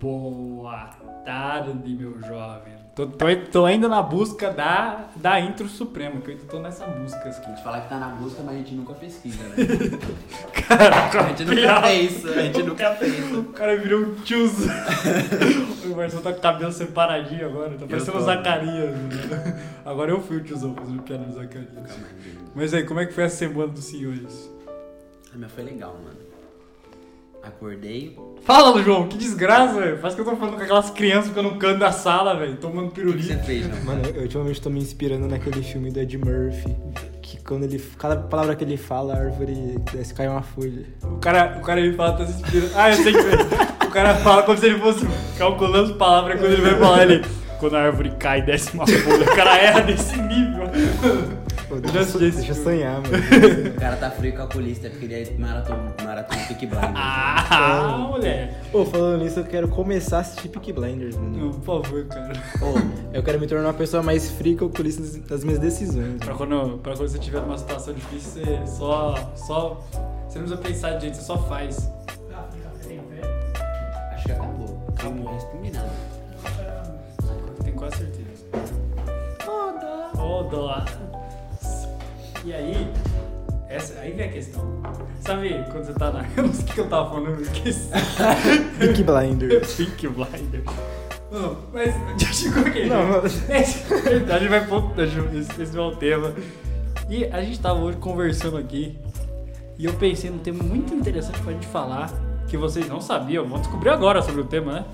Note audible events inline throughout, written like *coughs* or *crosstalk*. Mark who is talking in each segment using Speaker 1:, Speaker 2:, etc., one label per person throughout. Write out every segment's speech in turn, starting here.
Speaker 1: Boa tarde, meu jovem. Tô, tô, tô ainda na busca da, da intro suprema, que eu ainda tô nessa busca.
Speaker 2: A
Speaker 1: Assim.
Speaker 2: *laughs* gente fala que tá na busca, mas a gente nunca pesquisa, né?
Speaker 1: Caraca,
Speaker 2: A gente nunca fez, a gente nunca fez.
Speaker 1: é O cara virou um tiozão. *laughs* o Marcelo tá com o cabelo separadinho agora, tá parecendo
Speaker 2: tô,
Speaker 1: o
Speaker 2: né?
Speaker 1: Zacarias. né? Agora eu fui o tiozão fazendo piada do Zacarias. Mas aí, como é que foi a semana dos senhores?
Speaker 2: A minha Ah, foi legal, mano. Acordei.
Speaker 1: Fala, João, que desgraça, velho. Parece que eu tô falando com aquelas crianças ficando no canto da sala, velho, tomando
Speaker 2: O que você
Speaker 1: pirulito.
Speaker 2: fez, não?
Speaker 3: Mano, eu ultimamente tô me inspirando naquele filme do Ed Murphy, que quando ele. Cada palavra que ele fala, a árvore desce cai uma folha.
Speaker 1: O cara, o cara ele fala, tá se inspirando. Ah, eu sei que O cara fala como se ele fosse calculando as palavras quando ele vai falar ele. Quando a árvore cai, desce uma folha. O cara erra desse nível.
Speaker 3: Pô,
Speaker 1: já
Speaker 3: deixa,
Speaker 1: assisti esse
Speaker 3: deixa eu
Speaker 1: filme.
Speaker 3: sonhar,
Speaker 1: *laughs*
Speaker 3: mano.
Speaker 2: O cara tá frio calculista, é porque ele é maratona, maratona Peaky Blinders.
Speaker 1: Ah, moleque.
Speaker 3: Pô, falando nisso, eu quero começar a assistir Peaky Blinders, mano.
Speaker 1: Por favor, cara.
Speaker 2: Ô,
Speaker 3: Eu quero me tornar uma pessoa mais fria e calculista nas- nas minhas decisões.
Speaker 1: Pra quando, pra quando você tiver numa situação difícil, você só. só você não precisa pensar direito, você só faz.
Speaker 2: acho que acabou. Acabou. Não respondi nada.
Speaker 1: Tenho quase certeza. Toda! lá. E aí, essa, aí vem a questão. Sabe quando *laughs* você tá na. Eu não sei o que eu tava falando, eu esqueci. *laughs*
Speaker 3: Peaky Blinders.
Speaker 1: Pink Blinder. Não, mas já chegou aqui.
Speaker 3: Não,
Speaker 1: né?
Speaker 3: não.
Speaker 1: Esse- *laughs* A gente vai pro. a gente- Esse, esse não é o tema. E a gente tava hoje conversando aqui. E eu pensei num tema muito interessante pra gente falar. Que vocês não sabiam. Vão descobrir agora sobre o tema, né?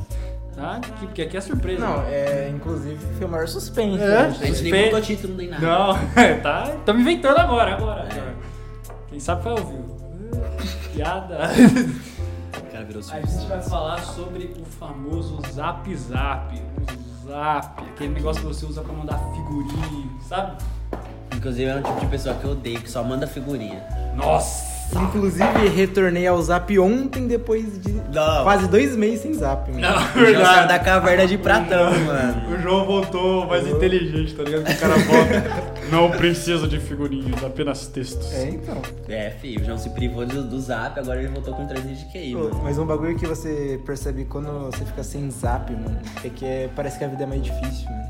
Speaker 1: Tá? Que- Porque aqui é surpresa.
Speaker 3: Não, é. Inclusive, foi o maior suspense.
Speaker 1: É?
Speaker 3: né?
Speaker 2: A gente
Speaker 1: Pe-
Speaker 2: nem botou título nem nada.
Speaker 1: Não, *laughs* tá. Estamos inventando agora, agora.
Speaker 2: É.
Speaker 1: agora. Quem sabe vai ouvir. *laughs* Piada.
Speaker 2: O cara virou
Speaker 1: A
Speaker 2: surfista.
Speaker 1: gente vai falar sobre o famoso Zap Zap. O Zap, aquele negócio que você usa pra mandar figurinha, sabe?
Speaker 2: Inclusive, é um tipo de pessoa que eu odeio, que só manda figurinha.
Speaker 1: Nossa! *laughs*
Speaker 3: Inclusive, retornei ao Zap ontem, depois de
Speaker 2: Não.
Speaker 3: quase dois meses sem Zap, mano.
Speaker 2: O João saiu da caverna de pratão,
Speaker 1: É
Speaker 2: mano.
Speaker 1: O João voltou mais inteligente, tá ligado? Que o cara volta. Não precisa de figurinhas, apenas textos.
Speaker 3: É, então.
Speaker 2: É, filho, o João se privou do, do zap, agora ele voltou com 300 de QI,
Speaker 3: Pô,
Speaker 2: mano.
Speaker 3: Mas um bagulho que você percebe quando você fica sem zap, mano, é que é- parece que a vida é mais difícil, mano.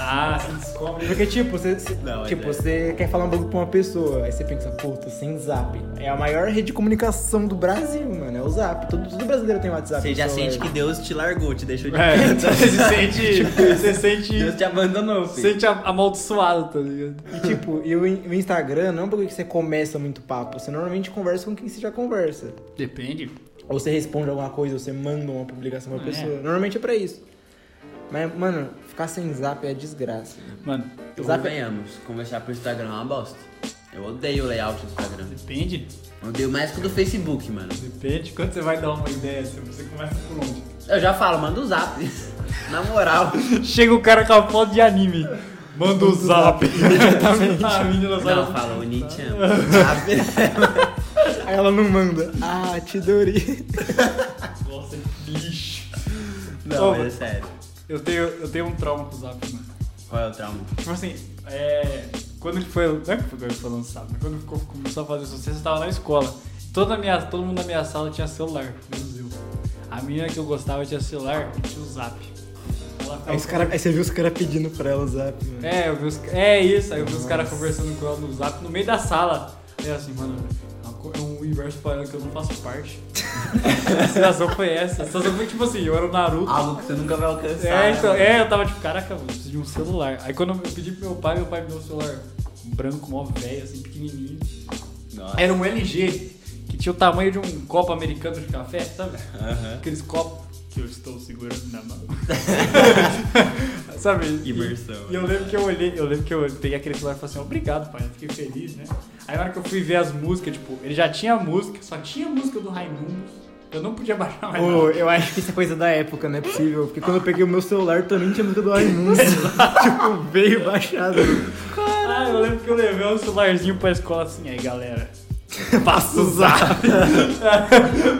Speaker 1: Ah, você descobre.
Speaker 3: Porque, tipo, você, você-
Speaker 2: Não,
Speaker 3: tipo,
Speaker 2: mas é.
Speaker 3: você quer falar um bagulho pra uma pessoa, aí você pensa, pô, tô sem zap. É a maior rede de comunicação do Brasil, mano, é o zap. Todo, todo brasileiro tem WhatsApp. é.
Speaker 2: Você
Speaker 3: no
Speaker 2: já
Speaker 3: celular.
Speaker 2: sente que Deus te largou, te deixou de *laughs*
Speaker 1: É, *laughs*
Speaker 2: canto.
Speaker 1: você sente. Você sente.
Speaker 2: *laughs* Deus te abandonou, filho.
Speaker 1: sente a- amaldiçoado, tá ligado?
Speaker 3: E, tipo, e o, in- o Instagram não é um bagulho que você começa muito papo, você normalmente conversa com quem você já conversa.
Speaker 1: Depende.
Speaker 3: Ou você responde alguma coisa, ou você manda uma publicação pra
Speaker 1: É.
Speaker 3: pessoa. Normalmente é pra isso. Mas, mano, ficar sem zap é desgraça.
Speaker 1: Mano,
Speaker 3: Zap-
Speaker 2: Convenhamos, conversar por Instagram é uma bosta. Eu odeio o layout do Instagram.
Speaker 1: depende.
Speaker 2: Eu Odeio mais que o do Facebook, mano.
Speaker 1: Depende. Quando você vai dar uma ideia, você- você começa por onde?
Speaker 2: Eu já falo, manda o zap. *laughs* Na moral.
Speaker 1: *laughs* Chega o cara com a foto de anime. Manda o zap. *laughs* Imediatamente. a menina sai
Speaker 2: Não,
Speaker 1: da-
Speaker 2: fala o Nietzsche. Zap.
Speaker 3: Aí ela não manda. Ah, te dori.
Speaker 1: Nossa, que lixo.
Speaker 2: *laughs*
Speaker 1: *laughs* Ô,
Speaker 2: Não, mas é sério.
Speaker 1: Eu tenho, eu tenho um trauma com o zap, mano.
Speaker 2: Qual é o trauma?
Speaker 1: Tipo assim, é. Quando ele foi. Não é que foi foi lançado, mas quando ficou, começou a fazer sucesso, eu tava na escola. Toda a minha, todo mundo na minha sala tinha celular, menos eu. A menina que eu gostava tinha celular e tinha o zap. Ela ficava
Speaker 3: Aí, os cara, aí você viu os caras pedindo pra ela o zap, mano.
Speaker 1: É, eu vi os, é isso, aí eu vi os caras conversando com ela no zap no meio da sala. Aí eu assim, mano, é uma co- é um universo paralelo que eu não faço parte. *laughs* a situação foi essa. A situação foi tipo assim, eu era o Naruto.
Speaker 2: Algo que você nunca vai alcançar.
Speaker 1: é,
Speaker 2: né,
Speaker 1: então,
Speaker 2: mano?
Speaker 1: é, eu tava tipo, caraca, mano, eu preciso de um celular. Aí quando eu pedi pro meu pai, meu pai me deu um celular branco, mó velho, assim, pequenininho.
Speaker 2: Nossa.
Speaker 1: Era um LG, que tinha o tamanho de um copo americano de café, sabe?
Speaker 2: Aham.
Speaker 1: Aqueles copos que eu estou segurando na mão. *laughs* sabe? E-
Speaker 2: Imersão.
Speaker 1: e eu lembro que eu olhei, eu lembro que eu peguei aquele celular e falei assim, obrigado, pai, eu fiquei feliz, né? Aí na hora que eu fui ver as músicas, tipo, ele já tinha música, só tinha música do Raimundo. Eu não podia *laughs* baixar mais
Speaker 3: Pô,
Speaker 1: nada.
Speaker 3: eu acho que isso é coisa da época, não é possível. Porque quando eu peguei o meu celular, também tinha música do Raimundo. tipo, veio baixado.
Speaker 1: Ah, eu lembro que eu levei um celularzinho pra escola assim, aí galera. *laughs* Passa o *laughs* zap.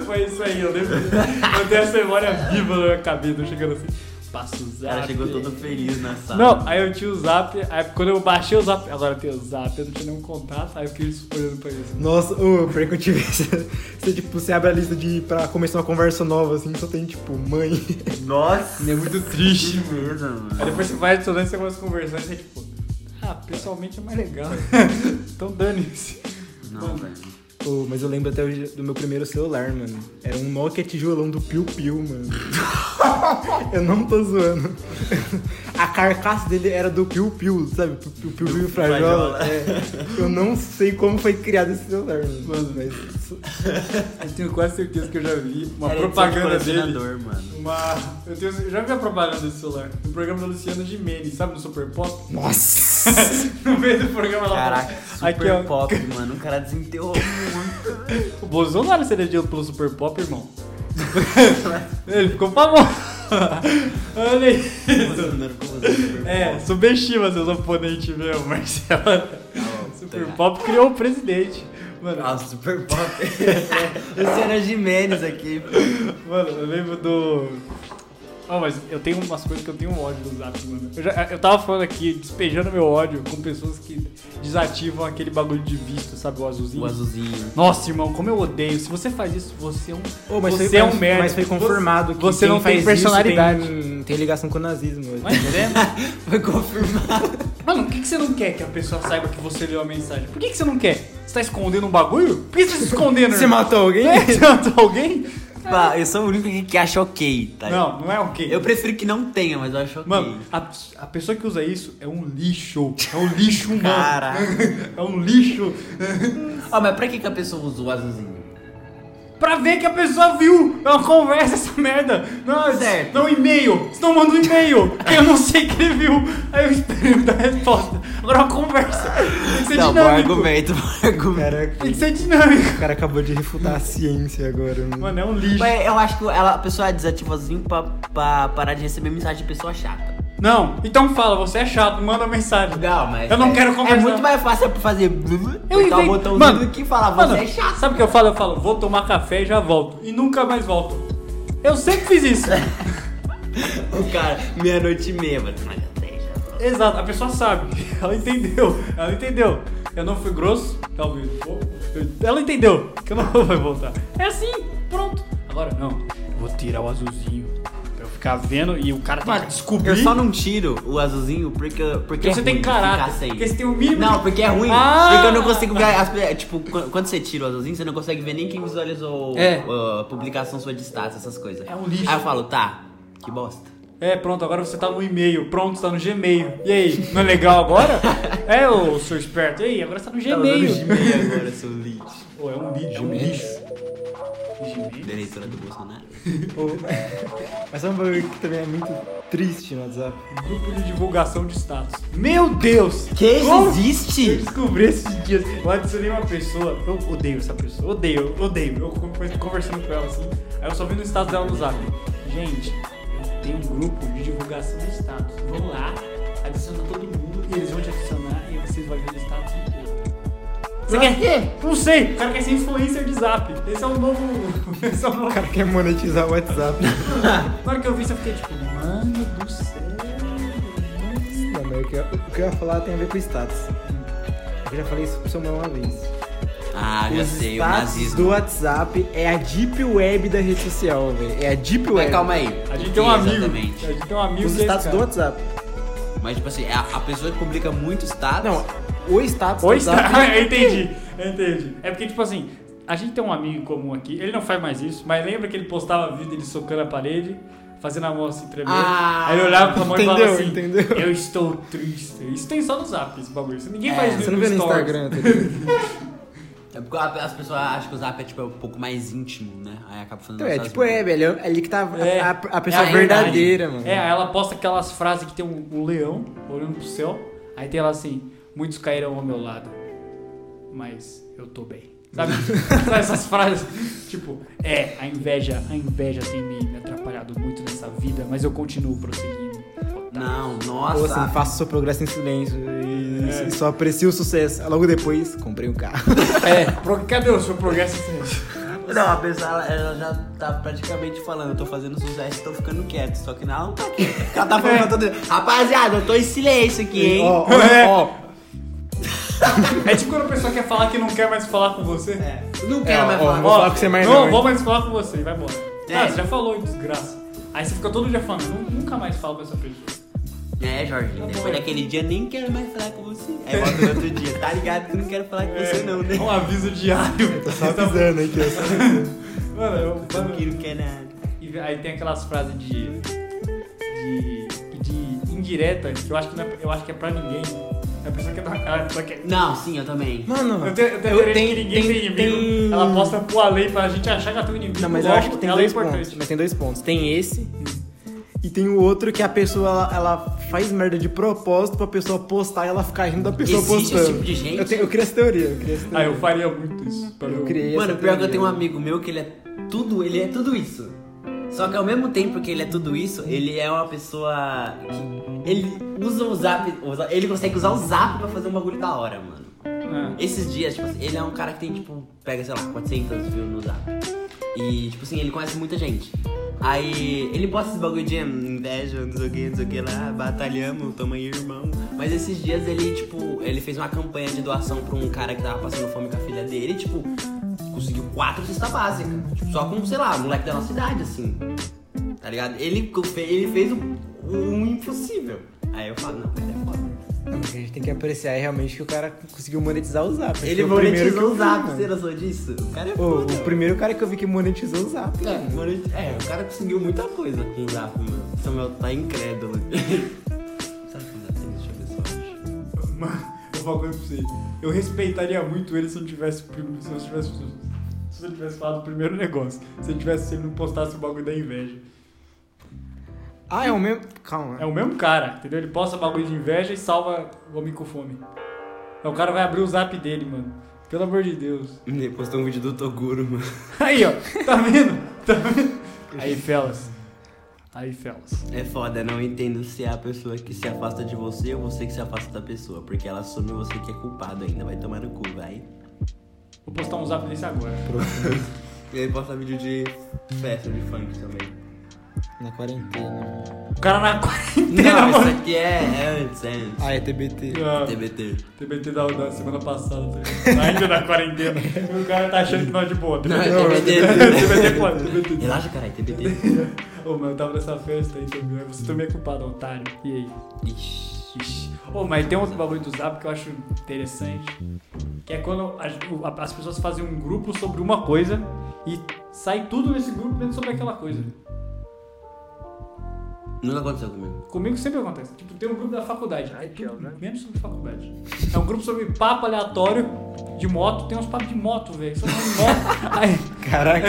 Speaker 1: Foi isso aí, eu lembro. Eu tenho essa memória viva na minha cabeça, eu chegando assim. Passa o
Speaker 2: O
Speaker 1: zap.
Speaker 2: cara chegou todo feliz na sala.
Speaker 1: Não, aí eu tinha o zap, aí quando eu baixei o zap, agora tem o zap, eu não tinha nenhum contato, aí eu fiquei olhando pra ele assim.
Speaker 3: Nossa, ô, pior que eu tive. Você, tipo, você abre a lista de pra começar uma conversa nova, assim, só tem, tipo, mãe.
Speaker 2: Nossa.
Speaker 1: É muito triste,
Speaker 2: Que medo, mano.
Speaker 1: Aí depois você vai adicionando, você começa conversando e você tipo, ah, pessoalmente é mais *laughs* legal. então dane-se.
Speaker 2: Não, velho.
Speaker 3: Ô, mas eu lembro até hoje do meu primeiro celular, mano. Era um Nokia tijolão do Piu Piu, mano. *laughs* eu não tô zoando. A carcaça dele era do Piu Piu, sabe? O Piu Piu e o Frajola.
Speaker 2: Frajola.
Speaker 3: É. Eu não sei como foi criado esse celular, mano. Mas
Speaker 1: Eu tenho quase certeza que eu já vi uma
Speaker 2: Era edição de
Speaker 1: propaganda dele.
Speaker 2: é tipo colecionador, mano.
Speaker 1: Uma. Eu, tenho, eu já vi a propaganda desse celular. No programa da Luciana Gimenez, sabe? No Super Pop. *laughs*
Speaker 3: Nossa!
Speaker 1: no meio do programa lá.
Speaker 2: *laughs* Caraca, super
Speaker 1: Aqui, ó.
Speaker 2: pop, mano. O cara desenterrou um muito.
Speaker 1: O Bolsonaro seria eleito pelo Super Pop, irmão. *laughs* Ele ficou famoso. *laughs* Olha isso.
Speaker 2: Bolsonaro com você, super
Speaker 1: É,
Speaker 2: pop.
Speaker 1: subestima seus oponentes, meu, Marcelo.
Speaker 2: *laughs* Não,
Speaker 1: Super
Speaker 2: tá.
Speaker 1: Pop criou o presidente. Mano,
Speaker 2: Nossa, Ah, super pop. Luciana Jimenez aqui.
Speaker 1: Mano, eu lembro do. Ah, mas eu tenho umas coisas que eu tenho ódio do zap, mano. Eu, já, eu tava falando aqui, despejando meu ódio com pessoas que desativam aquele bagulho de visto, sabe? O azulzinho.
Speaker 2: *laughs* O azulzinho.
Speaker 1: Nossa, irmão, como eu odeio. Se você faz isso, você é um.
Speaker 3: Ô, mas
Speaker 1: você
Speaker 3: foi,
Speaker 1: é um
Speaker 3: mas-
Speaker 1: merda.
Speaker 3: Mas foi confirmado que
Speaker 1: você
Speaker 3: quem
Speaker 1: não tem
Speaker 3: faz isso
Speaker 1: personalidade.
Speaker 3: tem, tem ligação com o nazismo.
Speaker 1: Mas
Speaker 2: *laughs*
Speaker 1: é, mano.
Speaker 2: Foi confirmado.
Speaker 1: Mano, por que, que você não quer que a pessoa saiba que você leu a mensagem? Por que, que você não quer? Você tá escondendo um bagulho? Por que você tá se escondendo?
Speaker 3: Você
Speaker 1: irmão?
Speaker 3: matou alguém?
Speaker 1: É, *laughs* você matou alguém?
Speaker 2: Pá, Ah, eu sou o único aqui que acha ok, tá?
Speaker 1: Não, não é o quê?
Speaker 2: Eu prefiro que não tenha, mas eu acho ok.
Speaker 1: Mano, a, a pessoa que usa isso é um lixo. É um lixo humano.
Speaker 2: *laughs* Caraca.
Speaker 1: É um lixo.
Speaker 2: Ó, mas pra que, que a pessoa usou o azulzinho?
Speaker 1: Pra ver que a pessoa viu. É uma conversa essa merda. Não,
Speaker 2: Certo.
Speaker 1: não e-mail. Senão manda um
Speaker 2: *laughs*
Speaker 1: e-mail. que eu não sei que ele viu. Aí eu espero da resposta. Agora é uma conversa. Tem que ser
Speaker 2: não, bom
Speaker 1: dinâmico.
Speaker 2: argumento, *laughs* bom argumento.
Speaker 3: Cara,
Speaker 1: Tem que ser dinâmico.
Speaker 3: o cara acabou de refutar a ciência agora. Mano.
Speaker 1: Mano, é um lixo.
Speaker 2: Mas eu acho que ela, a pessoa desativa o azulzinho pra, pra parar de receber mensagem de pessoa chata.
Speaker 1: Não, então fala. Você é chato. Manda mensagem.
Speaker 2: Não, mas.
Speaker 1: Eu não
Speaker 2: é-
Speaker 1: quero conversar.
Speaker 2: É muito mais fácil pra fazer.
Speaker 1: Eu
Speaker 2: apertar o
Speaker 1: invento-
Speaker 2: botãozinho
Speaker 1: Mano,
Speaker 2: do que falar,
Speaker 1: mano,
Speaker 2: você é chato.
Speaker 1: Sabe o que eu falo? Eu falo, vou tomar café e já volto. E nunca mais volto. Eu sempre fiz isso.
Speaker 2: *laughs* O cara, meia-noite e meia, mano. Mas eu sei, já tô-
Speaker 1: Exato, a pessoa sabe. *laughs* Ela entendeu. Ela entendeu. Eu não fui grosso, talvez. um pouco. Ela entendeu que eu não *laughs* vou voltar. É assim, pronto. Agora não. Eu vou tirar o azulzinho. Pra eu ficar vendo e o cara vai descobrir.
Speaker 2: Eu só não tiro o azulzinho porque, porque é
Speaker 1: você tem
Speaker 2: ruim
Speaker 1: caráter,
Speaker 2: ficar sem.
Speaker 1: porque você tem o mínimo
Speaker 2: Não,
Speaker 1: de-
Speaker 2: porque é ruim.
Speaker 1: Ah!
Speaker 2: Porque eu não consigo ver. as pe- tipo, qu- quando você tira o azulzinho, você não consegue ver nem quem visualizou
Speaker 1: É.
Speaker 2: uh, a publicação sua de status, essas coisas.
Speaker 1: É um lixo.
Speaker 2: Aí eu falo, tá, que bosta.
Speaker 1: É, pronto, agora você tá no e-mail. Pronto, você tá no Gmail. E aí, não é legal *laughs* agora? é, ô, seu esperto. E aí, agora você tá no
Speaker 2: Tá usando
Speaker 1: Gmail.
Speaker 2: Gmail agora, seu lixo.
Speaker 1: Pô, é um lixo. É um lixo. Gmail?
Speaker 2: Eleitora do Bolsonaro.
Speaker 3: Mas sabe um bagulho que também é muito triste no WhatsApp?
Speaker 1: Grupo de divulgação de status. Meu Deus!
Speaker 2: Que isso
Speaker 1: Como *laughs* Eu
Speaker 2: existe?
Speaker 1: descobri esses dias. Eu adicionei uma pessoa. Eu odeio essa pessoa. Odeio, eu odeio. Eu fui conversando com ela assim. Aí eu só vi no status dela no zap. Gente, eu tenho um grupo de divulgação de status. Vão lá, adiciona todo mundo e eles vão te adicionar e vocês vão ver o status inteiro.
Speaker 2: Você quer quê?
Speaker 1: Não sei, o cara quer ser influencer de zap. Esse é o novo. *laughs* Esse é o novo.
Speaker 3: O cara quer monetizar o WhatsApp.
Speaker 1: Na hora que eu vi isso, eu fiquei tipo, mano do céu.
Speaker 3: Não, mas o que, eu, o que eu ia falar tem a ver com status. Eu já falei isso pro seu mano uma vez.
Speaker 2: Ah, já
Speaker 3: Os
Speaker 2: sei, o
Speaker 3: status
Speaker 2: nazismo.
Speaker 3: do WhatsApp é a deep web da rede social, velho. É a deep web.
Speaker 2: Mas calma aí.
Speaker 1: A gente
Speaker 2: O
Speaker 1: tem um
Speaker 2: que
Speaker 1: amigo.
Speaker 2: Exatamente.
Speaker 1: A gente tem um amigo.
Speaker 3: Os
Speaker 1: desse,
Speaker 3: status
Speaker 1: cara.
Speaker 3: do WhatsApp.
Speaker 2: Mas, tipo assim, é a, a pessoa que publica muito status.
Speaker 3: Não, o status
Speaker 1: Oi,
Speaker 3: do WhatsApp...
Speaker 1: está. *laughs* Eu entendi, eu entendi. É porque, tipo assim, a gente tem um amigo em comum aqui, ele não faz mais isso, mas lembra que ele postava vídeo dele socando a parede, fazendo a mão assim tremendo.
Speaker 2: Ah,
Speaker 1: aí ele olhava pra mão e falava
Speaker 3: entendeu,
Speaker 1: assim:
Speaker 3: entendeu. É,
Speaker 1: Eu estou triste. Isso tem só no zap, esse bagulho. Isso ninguém faz
Speaker 3: Você não vê no
Speaker 1: stories.
Speaker 3: Instagram, tá ligado?
Speaker 2: É porque a- as pessoas acham que o zap é tipo, um pouco mais íntimo, né? Aí acaba fazendo
Speaker 3: Então, é
Speaker 2: essas- *laughs*
Speaker 3: tipo é, velho. É ali que tá a-
Speaker 1: É.
Speaker 3: a, a pessoa
Speaker 2: É a
Speaker 3: verdadeira, mano.
Speaker 1: É, aí ela posta aquelas frases que tem um, um leão olhando pro céu, aí tem ela assim: Muitos cairão ao meu lado, mas eu tô bem.
Speaker 3: *laughs*
Speaker 1: Sabe? Sabe essas frases? Tipo, é, a inveja, a inveja tem me, me atrapalhado muito nessa vida, mas eu continuo prosseguindo.
Speaker 2: Não,
Speaker 3: Ou
Speaker 2: nossa.
Speaker 3: assim, faço seu progresso em silêncio e,
Speaker 1: É.
Speaker 3: e só
Speaker 1: *laughs*
Speaker 3: aprecio o sucesso. Logo depois, comprei um carro.
Speaker 1: É, pro- cadê o seu progresso?
Speaker 2: Não, a pessoa ela, ela já tá praticamente falando, eu tô fazendo sucesso e tô ficando quieto. Só que não, ela não tá quieta. porque Ela tá falando pra todo mundo, Rapaziada, eu tô em silêncio aqui, hein?
Speaker 1: *laughs*
Speaker 3: Ó, ó, ó.
Speaker 1: É tipo quando a pessoa quer falar que não quer mais falar com você.
Speaker 2: É, Não quero
Speaker 3: ó,
Speaker 2: mais
Speaker 3: ó,
Speaker 2: falar.
Speaker 3: vou falar com você mais
Speaker 1: não.
Speaker 3: não, hein?
Speaker 1: vou mais falar com você, vai embora.
Speaker 2: É.
Speaker 1: Ah, você já falou, hein, desgraça. Aí você fica todo dia falando, "Nu- nunca mais falo com essa pessoa.
Speaker 2: É, Jorge,
Speaker 1: Não
Speaker 2: depois
Speaker 1: vou.
Speaker 2: daquele dia nem quero mais falar com você. Aí volta no outro dia, tá ligado que eu não quero falar com você não, né?
Speaker 1: É Um aviso diário.
Speaker 3: *laughs* Tô só avisando aqui, ó. só-
Speaker 1: Mano, eu, mano,
Speaker 2: Que não quer nada.
Speaker 1: E aí tem aquelas frases de. de. de indireta, que eu acho que, não é, eu acho que é pra ninguém. A pessoa quer dar ela- ela quer-
Speaker 2: Não, sim, eu também.
Speaker 3: Mano,
Speaker 1: Eu tenho, eu tenho
Speaker 3: eu-
Speaker 1: tem, que ninguém tem, inimigo.
Speaker 3: tem-
Speaker 1: Ela posta pro além pra gente achar que ela tem um inimigo.
Speaker 3: Não, mas eu
Speaker 1: logo,
Speaker 3: acho que tem
Speaker 1: ela é
Speaker 3: dois
Speaker 1: importante.
Speaker 3: pontos. Mas tem dois pontos. Tem esse e tem o outro que a pessoa ela, ela faz merda de propósito pra pessoa postar e ela ficar rindo da pessoa
Speaker 2: Existe esse
Speaker 3: postando.
Speaker 2: tipo de gente?
Speaker 3: Eu, tenho- eu queria essa teoria. Eu queria essa teoria.
Speaker 1: Ah, eu faria muito isso. Pra
Speaker 3: Eu
Speaker 1: mim.
Speaker 3: criei
Speaker 2: Mano, pior
Speaker 3: essa
Speaker 2: que
Speaker 3: teoria.
Speaker 2: eu tenho um amigo meu que ele é tudo, ele é tudo isso. Só que ao mesmo tempo que ele é tudo isso, ele é uma pessoa que ele usa o zap, usa- ele consegue usar o zap pra fazer um bagulho da hora, mano.
Speaker 1: Ah.
Speaker 2: Esses dias, tipo, assim, ele é um cara que tem, tipo, pega, sei lá, 400 views no zap. E, tipo assim, ele conhece muita gente. Aí, ele posta esses bagulho de "Hum, inveja, não sei o que, não sei o que lá, batalhamos, tamo aí, irmão. Mas esses dias ele, tipo, ele fez uma campanha de doação pra um cara que tava passando fome com a filha dele, e, tipo, conseguiu quatro cesta básica. Tipo, só com, sei lá, moleque da nossa idade, assim. Tá ligado? Ele, fe- ele fez o, o impossível. Aí eu falo, não, cara, é foda.
Speaker 3: Não, mas A gente tem que apreciar é realmente que o cara conseguiu monetizar o Zap.
Speaker 2: Ele
Speaker 3: Foi o primeiro que
Speaker 2: monetizou
Speaker 3: eu
Speaker 2: o
Speaker 3: vi,
Speaker 2: zap,
Speaker 3: mano.
Speaker 2: você noção disso? O cara é
Speaker 3: Ô,
Speaker 2: foda.
Speaker 3: o primeiro cara que eu vi que monetizou o Zap.
Speaker 2: É, monet- é, o cara conseguiu muita coisa com o zap, mano. Samuel tá incrédulo. *laughs* Será que o zap tem? Deixa eu ver se eu acho.
Speaker 1: Mano, eu falo pra você. Eu respeitaria muito ele se eu não tivesse. prim- Se eu tivesse. Se eu tivesse falado o primeiro negócio. Se eu tivesse se ele não postasse o bagulho da inveja.
Speaker 3: Ah, é o mesmo. Calma.
Speaker 1: É o mesmo cara, entendeu? Ele posta bagulho de inveja e salva o homem com fome. Aí o cara vai abrir o zap dele, mano. Pelo amor de Deus. *laughs*
Speaker 2: Ele postou um vídeo do Toguro, mano.
Speaker 1: Aí, ó. Tá vendo? Tá vendo? Aí, fellas. Aí, fellas.
Speaker 2: É foda, não entendo se é a pessoa que se afasta de você ou você que se afasta da pessoa. Porque ela assume você que é culpado ainda, vai tomar no cu, vai.
Speaker 1: Vou postar um zap desse agora.
Speaker 2: E aí posta vídeo de festa, de funk também.
Speaker 3: *laughs* Na quarentena.
Speaker 1: O cara na quarentena,
Speaker 2: Não,
Speaker 1: mano.
Speaker 2: isso aqui é, é antes, é antes.
Speaker 3: Ah, é TBT.
Speaker 1: Ah,
Speaker 2: TBT.
Speaker 1: TBT da, da semana passada, tá ligado? ainda na quarentena. E o cara tá achando que não é de boa.
Speaker 2: Não,
Speaker 1: *laughs*
Speaker 2: é TBT.
Speaker 1: TBT pode, TBT.
Speaker 2: Relaxa, caralho, TBT.
Speaker 3: *laughs*
Speaker 1: Ô, mano, eu tava nessa festa aí também. aí Você também é culpado, otário. E aí?
Speaker 2: Ixi.
Speaker 1: Ixi. Ô, mas tem outro bagulho do Zap que eu acho interessante. Que é quando as, o- a- as pessoas fazem um grupo sobre uma coisa e sai tudo nesse grupo menos sobre aquela coisa.
Speaker 2: Nunca aconteceu comigo.
Speaker 1: Comigo sempre acontece. Tipo, tem um grupo da faculdade. Aí tudo
Speaker 3: é, né?
Speaker 1: menos sobre faculdade. É um grupo sobre papo aleatório de moto. Tem uns papos de moto, velho. Só falando de
Speaker 3: *laughs*
Speaker 1: moto. Aí,
Speaker 3: Caraca.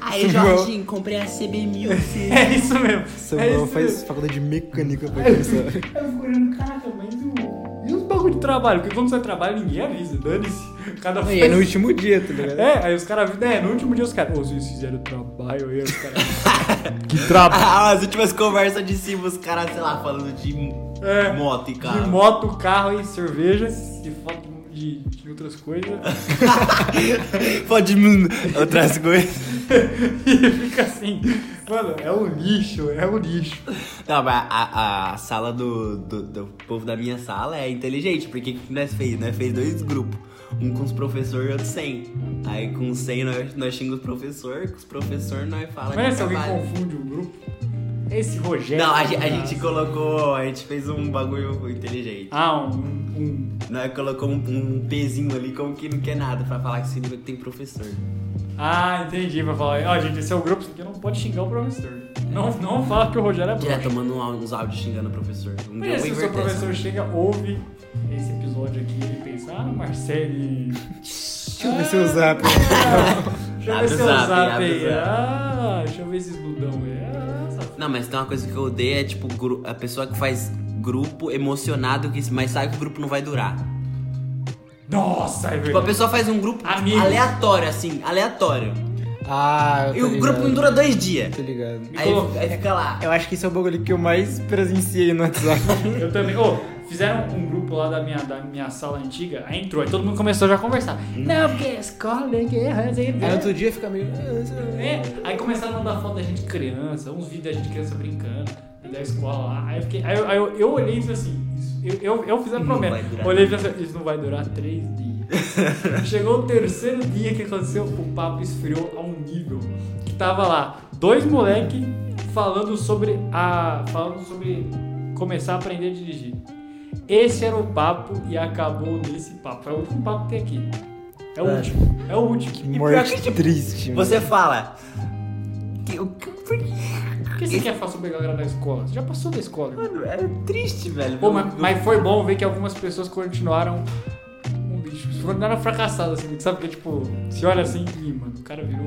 Speaker 2: Aí,
Speaker 3: João.
Speaker 2: Jorginho, comprei a CB1000.
Speaker 1: *laughs* é isso mesmo.
Speaker 3: Seu
Speaker 1: é
Speaker 3: irmão
Speaker 1: isso
Speaker 3: faz
Speaker 1: mesmo.
Speaker 3: faculdade de mecânica pra
Speaker 1: Aí eu
Speaker 3: começar.
Speaker 1: fico- aí eu fico olhando, caraca, mas e, o- e os bagulho de trabalho? Porque quando você trabalha, ninguém avisa. Dane-se. Cada um
Speaker 3: E é no último dia, tá ligado?
Speaker 1: É, aí os caras viram, é, no último dia os caras, ô, vocês fizeram o trabalho aí, os caras. *laughs*
Speaker 3: Que trabalho.
Speaker 2: Ah, as últimas conversas de cima, os caras, sei lá, falando de m-
Speaker 1: É,
Speaker 2: moto e carro.
Speaker 1: De moto, carro e cerveja, e foto de, de outras coisas.
Speaker 2: Pode hum, outras coisas.
Speaker 1: *laughs* e fica assim, mano, é um lixo, é um lixo.
Speaker 2: Não, mas a, a sala do, do, do povo da minha sala é inteligente, porque o que nós fez? Nós fez dois grupos. Um com os professores e outro sem. Aí com os sem nós, nós xinga os professores, com os professores nós fala
Speaker 1: Mas se alguém
Speaker 2: trabalho.
Speaker 1: confunde o grupo, esse Rogério.
Speaker 2: Não, a, ge- a
Speaker 1: cara.
Speaker 2: gente colocou, a gente fez um bagulho inteligente.
Speaker 1: Ah, um. um-
Speaker 2: Nós colocamos Né? um, um pezinho ali como que não quer nada pra falar que esse nível tem professor.
Speaker 1: Ah, entendi. Vai falar, ó, gente, esse é o grupo, isso aqui não pode xingar o professor. Não, não fala que o Rogério é
Speaker 2: Direto
Speaker 1: bruxo.
Speaker 2: tomando um áudio- uns áudios xingando o professor. Um dia eu
Speaker 1: Mas se o
Speaker 2: vou
Speaker 1: seu
Speaker 2: inverter essa.
Speaker 1: professor chega, ouve esse episódio aqui e pensa, ah, Marcele.
Speaker 3: Deixa eu ver seu
Speaker 1: *laughs*
Speaker 3: zap.
Speaker 1: Deixa eu ver
Speaker 2: Abre
Speaker 1: seu
Speaker 2: o
Speaker 1: é zap,
Speaker 2: zap, abre o
Speaker 1: aí.
Speaker 2: zap.
Speaker 1: Ah, deixa eu ver esses budão aí. Ah, essa-
Speaker 2: Não, mas tem uma coisa que eu odeio é tipo gru- a pessoa que faz grupo emocionado, que, mas sabe que o grupo não vai durar.
Speaker 1: Nossa, é
Speaker 2: Tipo, a
Speaker 1: verdade.
Speaker 2: pessoa faz um grupo
Speaker 1: Amigos.
Speaker 2: aleatório, assim, aleatório.
Speaker 3: Ah, eu tô
Speaker 2: E o
Speaker 3: ligado.
Speaker 2: grupo não dura dois dias.
Speaker 3: Tô ligado.
Speaker 2: Aí,
Speaker 1: colocou.
Speaker 2: aí fica lá.
Speaker 3: Eu acho que esse é o bagulho que eu mais presenciei no WhatsApp.
Speaker 1: Eu também. Ô, Fizeram um grupo lá da minha, da minha sala antiga, aí entrou, aí todo mundo começou já a conversar. Não, porque a escola, que é,
Speaker 3: Aí outro dia fica meio. "Ah,
Speaker 1: é, aí começaram a mandar foto da gente criança, uns vídeos da gente criança brincando, da escola lá. Aí eu, fiquei, aí eu, aí eu, eu olhei e disse assim, isso- eu, eu, eu fiz a
Speaker 2: Não
Speaker 1: promessa.
Speaker 2: vai durar
Speaker 1: Olhei e disse assim, isso não vai durar três dias. *laughs* Chegou o terceiro dia que aconteceu, o papo esfriou a um nível que tava lá dois moleque falando sobre a falando sobre começar a aprender a dirigir. Esse era o papo e acabou nesse papo. É o último papo que tem aqui. É o
Speaker 2: É.
Speaker 1: último. É o último.
Speaker 2: pior que, tipo,
Speaker 3: triste, mano.
Speaker 2: Você fala. Que, o que, por que-
Speaker 1: Por que você quer falar sobre a galera da escola? Você já passou da escola. irmão.
Speaker 2: Mano, é triste, velho.
Speaker 1: Pô,
Speaker 2: Eu-
Speaker 1: mas,
Speaker 2: eu-
Speaker 1: mas foi bom ver que algumas pessoas continuaram um bicho. Continuaram fracassadas, assim. Sabe que, tipo, se olha assim, ih, mano, o cara virou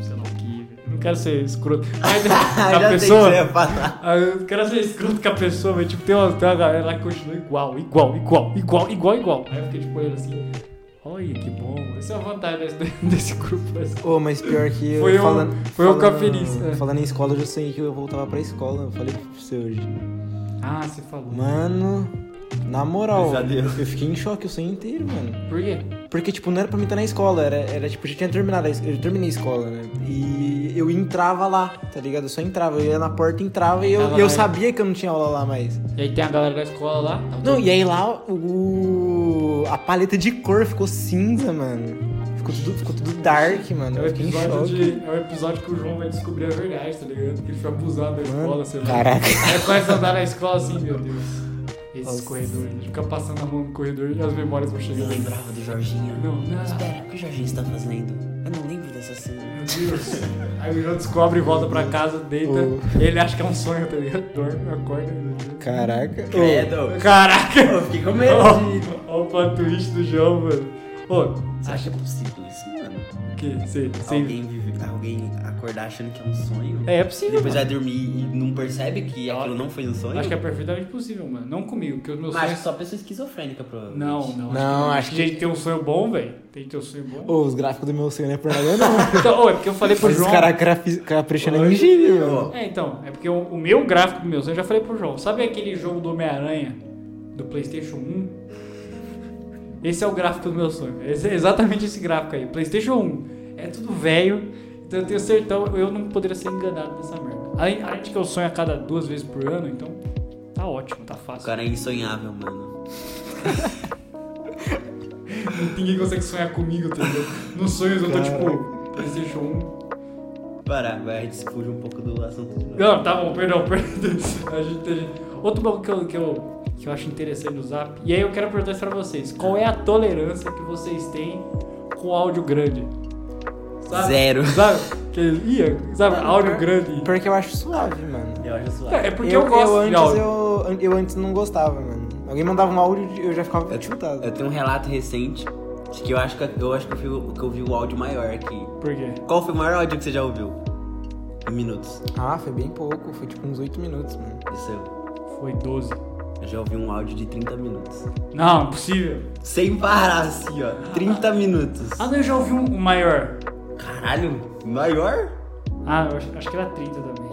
Speaker 1: sei lá o que, velho. Eu Não quero ser
Speaker 2: *laughs*
Speaker 1: escroto. Mas *laughs*
Speaker 2: Ah,
Speaker 1: a
Speaker 2: já
Speaker 1: pessoa.
Speaker 3: É
Speaker 2: sei o que você ia falar.
Speaker 1: Ah, Eu não quero ser escroto com a pessoa, mas tipo, tem uma, tem uma galera lá que continua igual, igual, igual, igual, igual, igual. Aí eu fiquei tipo olhando assim, olha que bom, essa é a vantagem desse, *laughs* desse grupo. assim.
Speaker 3: Ô, mas pior que eu.
Speaker 2: um-
Speaker 1: Foi eu-
Speaker 3: falando,
Speaker 1: foi eu
Speaker 3: falando-
Speaker 1: com a feliz, é.
Speaker 3: Falando em escola, eu já sei que eu voltava pra escola. Eu falei pra você hoje.
Speaker 1: Ah, você falou.
Speaker 3: Mano, na moral,
Speaker 2: Pesadelo.
Speaker 3: eu fiquei em choque o sonho inteiro, mano.
Speaker 1: Por quê?
Speaker 3: Porque, tipo, não era pra mim estar na escola, era, era tipo, já tinha terminado, a es- eu terminei a escola, né? E eu entrava lá, tá ligado? Eu só entrava, eu ia na porta, entrava e eu,
Speaker 1: Tava
Speaker 3: e eu
Speaker 1: lá.
Speaker 3: sabia que eu não tinha aula lá mais.
Speaker 1: E aí tem a galera da escola lá. tá
Speaker 3: Não, e aí lá o. A paleta de cor ficou cinza, mano. Ficou tudo, ficou tudo dark, mano.
Speaker 1: É o,
Speaker 3: Eu fiquei em
Speaker 1: episódio
Speaker 3: choque.
Speaker 1: de, é o episódio que o João vai descobrir a verdade, tá ligado? Que ele foi abusado da escola, sei lá.
Speaker 3: Caraca.
Speaker 1: Aí começa a andar na escola assim, meu Deus. Esses corredores, ele fica passando a mão no corredor e as memórias vão
Speaker 2: Eu
Speaker 1: chegando. Meu
Speaker 2: lembrava do Jorginho.
Speaker 1: Não, não.
Speaker 2: Espera, o que o Jorginho está fazendo? Eu não lembro dessa cena.
Speaker 1: Deus. Aí o João descobre e volta pra casa, deita.
Speaker 3: Oh.
Speaker 1: Ele acha que é um sonho, tá ligado? Dorme, acorda.
Speaker 3: Caraca.
Speaker 2: Credo.
Speaker 1: Caraca!
Speaker 2: *laughs* Eu fiquei com medo de...
Speaker 1: Olha o plot twist do João, mano. Ô,
Speaker 2: Você
Speaker 1: acha
Speaker 2: acha possível isso, mano?
Speaker 1: que você. você-
Speaker 2: Alguém, vive, alguém acordar achando que é um sonho?
Speaker 1: É, é
Speaker 2: E
Speaker 1: possível.
Speaker 2: depois
Speaker 1: mano.
Speaker 2: vai dormir e não percebe que aquilo não foi um sonho?
Speaker 1: Acho que é perfeitamente possível, mano. Não comigo, porque os meus
Speaker 2: Mas acho
Speaker 1: sonhos
Speaker 2: que só pessoa esquizofrênica, provavelmente.
Speaker 1: Não, não.
Speaker 3: Não,
Speaker 1: que
Speaker 3: acho que-
Speaker 1: Tem que ter um sonho bom, velho. Tem que ter um sonho bom.
Speaker 3: Ô, os gráficos do meu sonho não é pornografia, não.
Speaker 1: Então, ô, é porque eu falei pro
Speaker 3: Mas os
Speaker 1: João.
Speaker 3: caras grafi- caprichando em gíria, mano.
Speaker 1: É, então. É porque o, o meu gráfico do meu sonho, eu já falei pro João. Sabe aquele jogo do Homem-Aranha do PlayStation 1? Esse é o gráfico do meu sonho. Esse é exatamente esse gráfico aí. PlayStation 1. É tudo velho. Então eu tenho certão, eu não poderia ser enganado nessa merda. Além, além de que eu sonho a cada duas vezes por ano, então tá ótimo, tá
Speaker 2: O
Speaker 1: fácil.
Speaker 2: cara é insonhável, mano.
Speaker 1: Ninguém consegue sonhar comigo, entendeu? Nos sonhos eu tô tipo, PlayStation 1,
Speaker 2: Para, vai, a gente se fuge um pouco do assunto de novo.
Speaker 1: Não, tá bom, perdão, *laughs* perdão. A gente, a gente- Outro bagulho que eu, que, eu, que eu acho interessante no Zap, e aí eu quero perguntar isso pra vocês: qual é a tolerância que vocês têm com áudio grande?
Speaker 2: Zero.
Speaker 1: Sabe? Que, ia, sabe, áudio grande.
Speaker 3: Pior que eu acho suave, mano.
Speaker 2: Eu acho
Speaker 1: É
Speaker 2: suave.
Speaker 1: porque eu, gosto de
Speaker 3: antes,
Speaker 1: áudio.
Speaker 3: eu, an- eu antes não gostava, mano. Alguém mandava um áudio, eu já ficava chutado.
Speaker 2: Eu tenho um relato recente de que eu acho que eu, acho que eu, fui, que eu vi o áudio maior aqui.
Speaker 1: Por quê?
Speaker 2: Qual foi o maior áudio que você já ouviu? Em minutos. é
Speaker 3: Ah, foi bem pouco, foi tipo uns 8 minutos, mano.
Speaker 2: Isso eu.
Speaker 1: Foi 12.
Speaker 2: Eu já ouvi um áudio de 30 minutos.
Speaker 1: Não, impossível.
Speaker 2: Sem parar, assim, ó. 30 minutos.
Speaker 1: Ah, não, eu já ouvi um, um maior.
Speaker 2: Caralho, maior?
Speaker 1: Ah, eu acho, acho que era 30 também.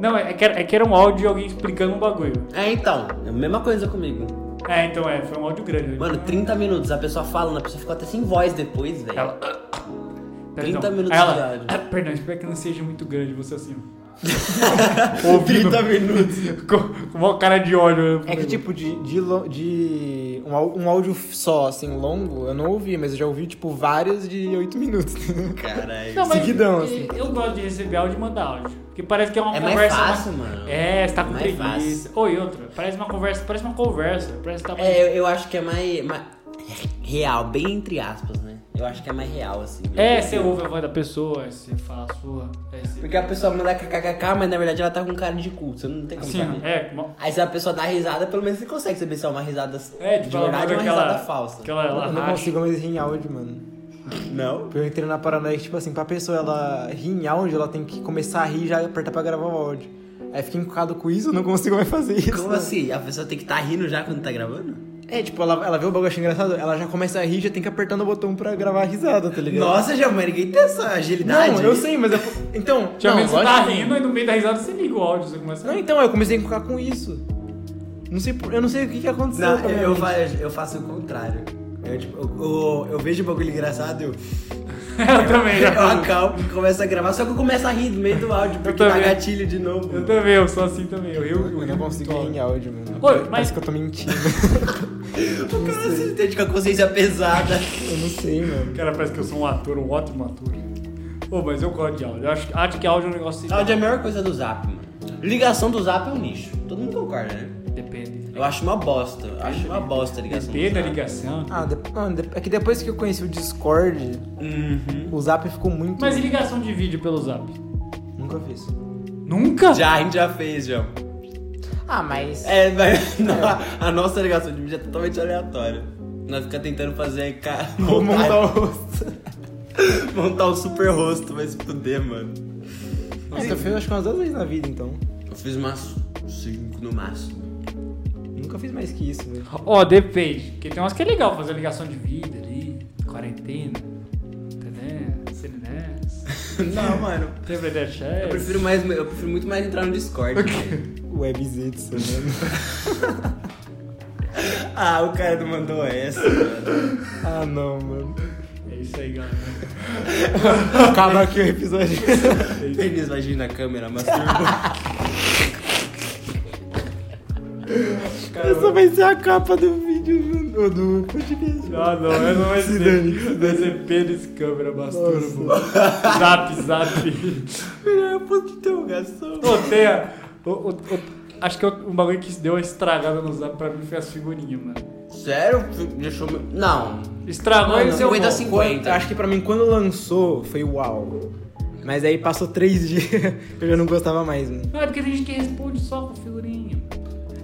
Speaker 1: Não, é, é que era, é que era um áudio de alguém explicando um bagulho.
Speaker 2: É, então. É a mesma coisa comigo.
Speaker 1: É, então é, foi um áudio grande.
Speaker 2: Mano, 30 minutos. A pessoa falando, a pessoa ficou até sem voz depois, velho.
Speaker 1: Ela. *coughs*
Speaker 2: 30
Speaker 1: Perdão.
Speaker 2: minutos
Speaker 1: Aí
Speaker 2: de
Speaker 1: ela,
Speaker 2: áudio.
Speaker 1: ah, *coughs* Perdão, espero que não seja muito grande você assim. ó.
Speaker 2: 30 minutos.
Speaker 1: Com, com uma cara de né? óleo.
Speaker 3: É que tipo, de, de, lo- de um, au- um áudio só, assim, longo, eu não ouvi, mas eu já ouvi, tipo, vários de 8 minutos.
Speaker 2: Caralho.
Speaker 1: Não, mas
Speaker 3: seguidão,
Speaker 1: eu-
Speaker 3: assim.
Speaker 1: Eu gosto de receber áudio e mandar áudio. Porque parece que é uma
Speaker 2: É mais
Speaker 1: conversa.
Speaker 2: fácil, mano.
Speaker 1: É, você tá com
Speaker 2: Mais
Speaker 1: preguiça. Oi, outra. Parece uma conversa. Parece uma conversa. Parece que tá
Speaker 2: É, eu, eu acho que é mais, mais real, bem entre aspas, né? Eu acho que é mais real, assim.
Speaker 1: É, você ouve a voz da pessoa, aí você fala a sua. aí você-
Speaker 2: Porque a pessoa manda kkkk, mas na verdade ela tá com cara de cu, você não tem como
Speaker 1: Assim,
Speaker 2: saber.
Speaker 1: é, uma-
Speaker 2: Aí se a pessoa dá risada, pelo menos você consegue saber se é uma risada
Speaker 1: é,
Speaker 2: de
Speaker 1: tipo, ela
Speaker 2: verdade
Speaker 1: manda
Speaker 2: ou uma
Speaker 1: aquela.
Speaker 2: risada falsa.
Speaker 1: Aquela, *laughs* ela
Speaker 3: eu não
Speaker 1: racha.
Speaker 3: consigo mais rir em áudio, mano.
Speaker 2: Não?
Speaker 3: Eu entrei na paranoia que, tipo assim, pra pessoa ela rir em áudio, ela tem que começar a rir e já apertar pra gravar o áudio. Aí fiquei encucado com isso, eu não consigo mais fazer isso.
Speaker 2: Como
Speaker 3: mano.
Speaker 2: assim? A pessoa tem que estar tá rindo já quando tá gravando?
Speaker 3: É, tipo, ela, ela vê o bagulho achando engraçado, ela já começa a rir, já tem que apertar no botão pra gravar a risada, tá ligado?
Speaker 2: Nossa, Jamani, ninguém tem essa agilidade.
Speaker 3: Não, eu sei, mas eu... Então...
Speaker 1: Tinha
Speaker 3: não,
Speaker 1: medo que você tá
Speaker 3: lógico que-
Speaker 1: rindo e no meio da risada você liga o áudio, você começa
Speaker 3: Não, então, eu comecei a ficar com isso. Não sei, por- eu não sei o que, que aconteceu.
Speaker 2: Não,
Speaker 1: né?
Speaker 3: também,
Speaker 2: eu, eu,
Speaker 3: gente.
Speaker 2: fa- eu faço o contrário. Eu, tipo, eu, eu- eu vejo um bagulho engraçado, eu,
Speaker 1: *laughs* Eu também né? já.
Speaker 2: *laughs* eu acalmo e começo a gravar, só que eu começo a rir no meio do áudio, porque dá
Speaker 1: também.
Speaker 2: gatilho de novo.
Speaker 1: Eu também, eu sou assim também. Eu, eu,
Speaker 3: Eu não consigo ler em áudio, mano.
Speaker 1: Oi,
Speaker 3: Parece
Speaker 1: mas-
Speaker 3: que eu tô mentindo.
Speaker 2: *laughs*
Speaker 3: *laughs*
Speaker 2: O cara se sente com a consciência pesada.
Speaker 3: eu não sei, mano.
Speaker 1: Cara, parece que eu sou um ator, um ótimo ator. Ô, mas eu gosto de áudio. Eu acho, acho que áudio é um negócio.
Speaker 2: Áudio é a melhor coisa do zap, mano. Ligação do zap é um lixo. Todo mundo concorda, né?
Speaker 1: Depende.
Speaker 2: Eu acho uma bosta. Eu acho uma bosta tá a ligação
Speaker 1: Depende da
Speaker 2: do zap.
Speaker 1: ligação.
Speaker 3: Ah, de- mano, de- é que depois que eu conheci o Discord,
Speaker 2: Uhum.
Speaker 3: o Zap ficou muito.
Speaker 1: Mas e ligação de vídeo pelo zap?
Speaker 3: Nunca fiz.
Speaker 1: Nunca?
Speaker 2: Já, a gente já fez, já.
Speaker 3: Ah, mas.
Speaker 2: É, mas *laughs* não, a- a nossa ligação de mídia é totalmente aleatória. Nós ficamos tentando fazer. ca-
Speaker 3: Vou montar
Speaker 2: Montar,
Speaker 3: o
Speaker 2: um
Speaker 3: rosto.
Speaker 2: montar um super rosto, vai se fuder, mano.
Speaker 3: Mas eu fiz acho que umas duas vezes na vida, então.
Speaker 2: Eu fiz umas 5 no máximo. *laughs*
Speaker 3: Nunca fiz mais que isso, velho.
Speaker 1: Ó, depende. Porque tem umas que é legal fazer ligação de vida ali, quarentena. Entendeu? Selinés.
Speaker 2: Não, mano. Eu
Speaker 1: Tebredechés.
Speaker 2: prefiro, mais, eu prefiro muito mais entrar no Discord. velho.
Speaker 3: Webzits, mano.
Speaker 2: Ah, o cara não mandou essa, mano.
Speaker 3: *laughs* ah, não, mano.
Speaker 1: É isso aí, galera.
Speaker 3: Acaba aqui o episódio.
Speaker 2: Penis vai agir na câmera, *laughs* masturba.
Speaker 3: Essa vai ser a capa do vídeo, mano. Ou do podcast.
Speaker 1: Ah, não, eu não vai
Speaker 3: Se dane,
Speaker 1: ser. Vai ser pênis, câmera, masturbo. Zap, zap.
Speaker 2: Melhor ponto de interrogação.
Speaker 1: Ô, tem a- o- o- o- acho que um bagulho que deu uma estragada no zap pra mim foi as figurinhas, mano.
Speaker 2: Sério? Deixou. meu- Não.
Speaker 1: Estragou
Speaker 2: Mano, assim.
Speaker 1: e seu
Speaker 2: 50
Speaker 1: bom.
Speaker 2: 50.
Speaker 3: Eu acho que pra mim, quando lançou, foi uau. Mas aí passou três *laughs* dias, eu já não gostava mais, mano.
Speaker 1: Não, é porque tem gente que responde só com figurinha.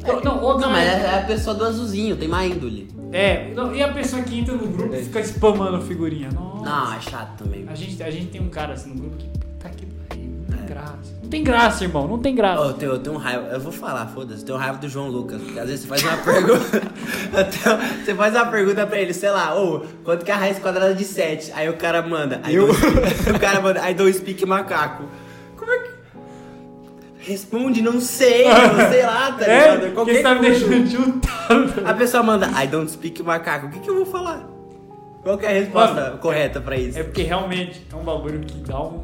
Speaker 1: Não, não, ou
Speaker 2: Não,
Speaker 1: não,
Speaker 2: mas
Speaker 1: é-
Speaker 2: é é a pessoa do azulzinho, tem má índole.
Speaker 1: É, não, e a pessoa que entra no
Speaker 2: É.
Speaker 1: grupo e fica spamando figurinha. Nossa.
Speaker 2: Não, é chato também.
Speaker 1: A gente, a gente tem um cara assim no grupo que tá aqui. Não tem graça. Não tem graça, irmão. Não tem graça. É?
Speaker 2: Ô, eu, tenho, eu tenho um raiva, eu vou falar, foda-se, eu tenho raiva do João Lucas, porque às vezes você faz uma *laughs* pergunta, eu tenho- você faz uma pergunta pra ele, sei lá, ô, quanto que é a raiz quadrada de 7? Aí o cara manda, aí *laughs*
Speaker 3: Eu?
Speaker 2: o cara manda, aí don't speak macaco. Como é que... Responde, não sei,
Speaker 1: *laughs*
Speaker 2: não sei lá, tá ligado?
Speaker 1: é? Porque
Speaker 2: Qualquer
Speaker 1: você tá me
Speaker 2: coisa.
Speaker 1: deixando de utado.
Speaker 2: A pessoa manda, I don't speak macaco, o que que eu vou falar? Qual que é a resposta
Speaker 1: Mano,
Speaker 2: correta pra isso?
Speaker 1: É porque realmente é um bagulho que dá um.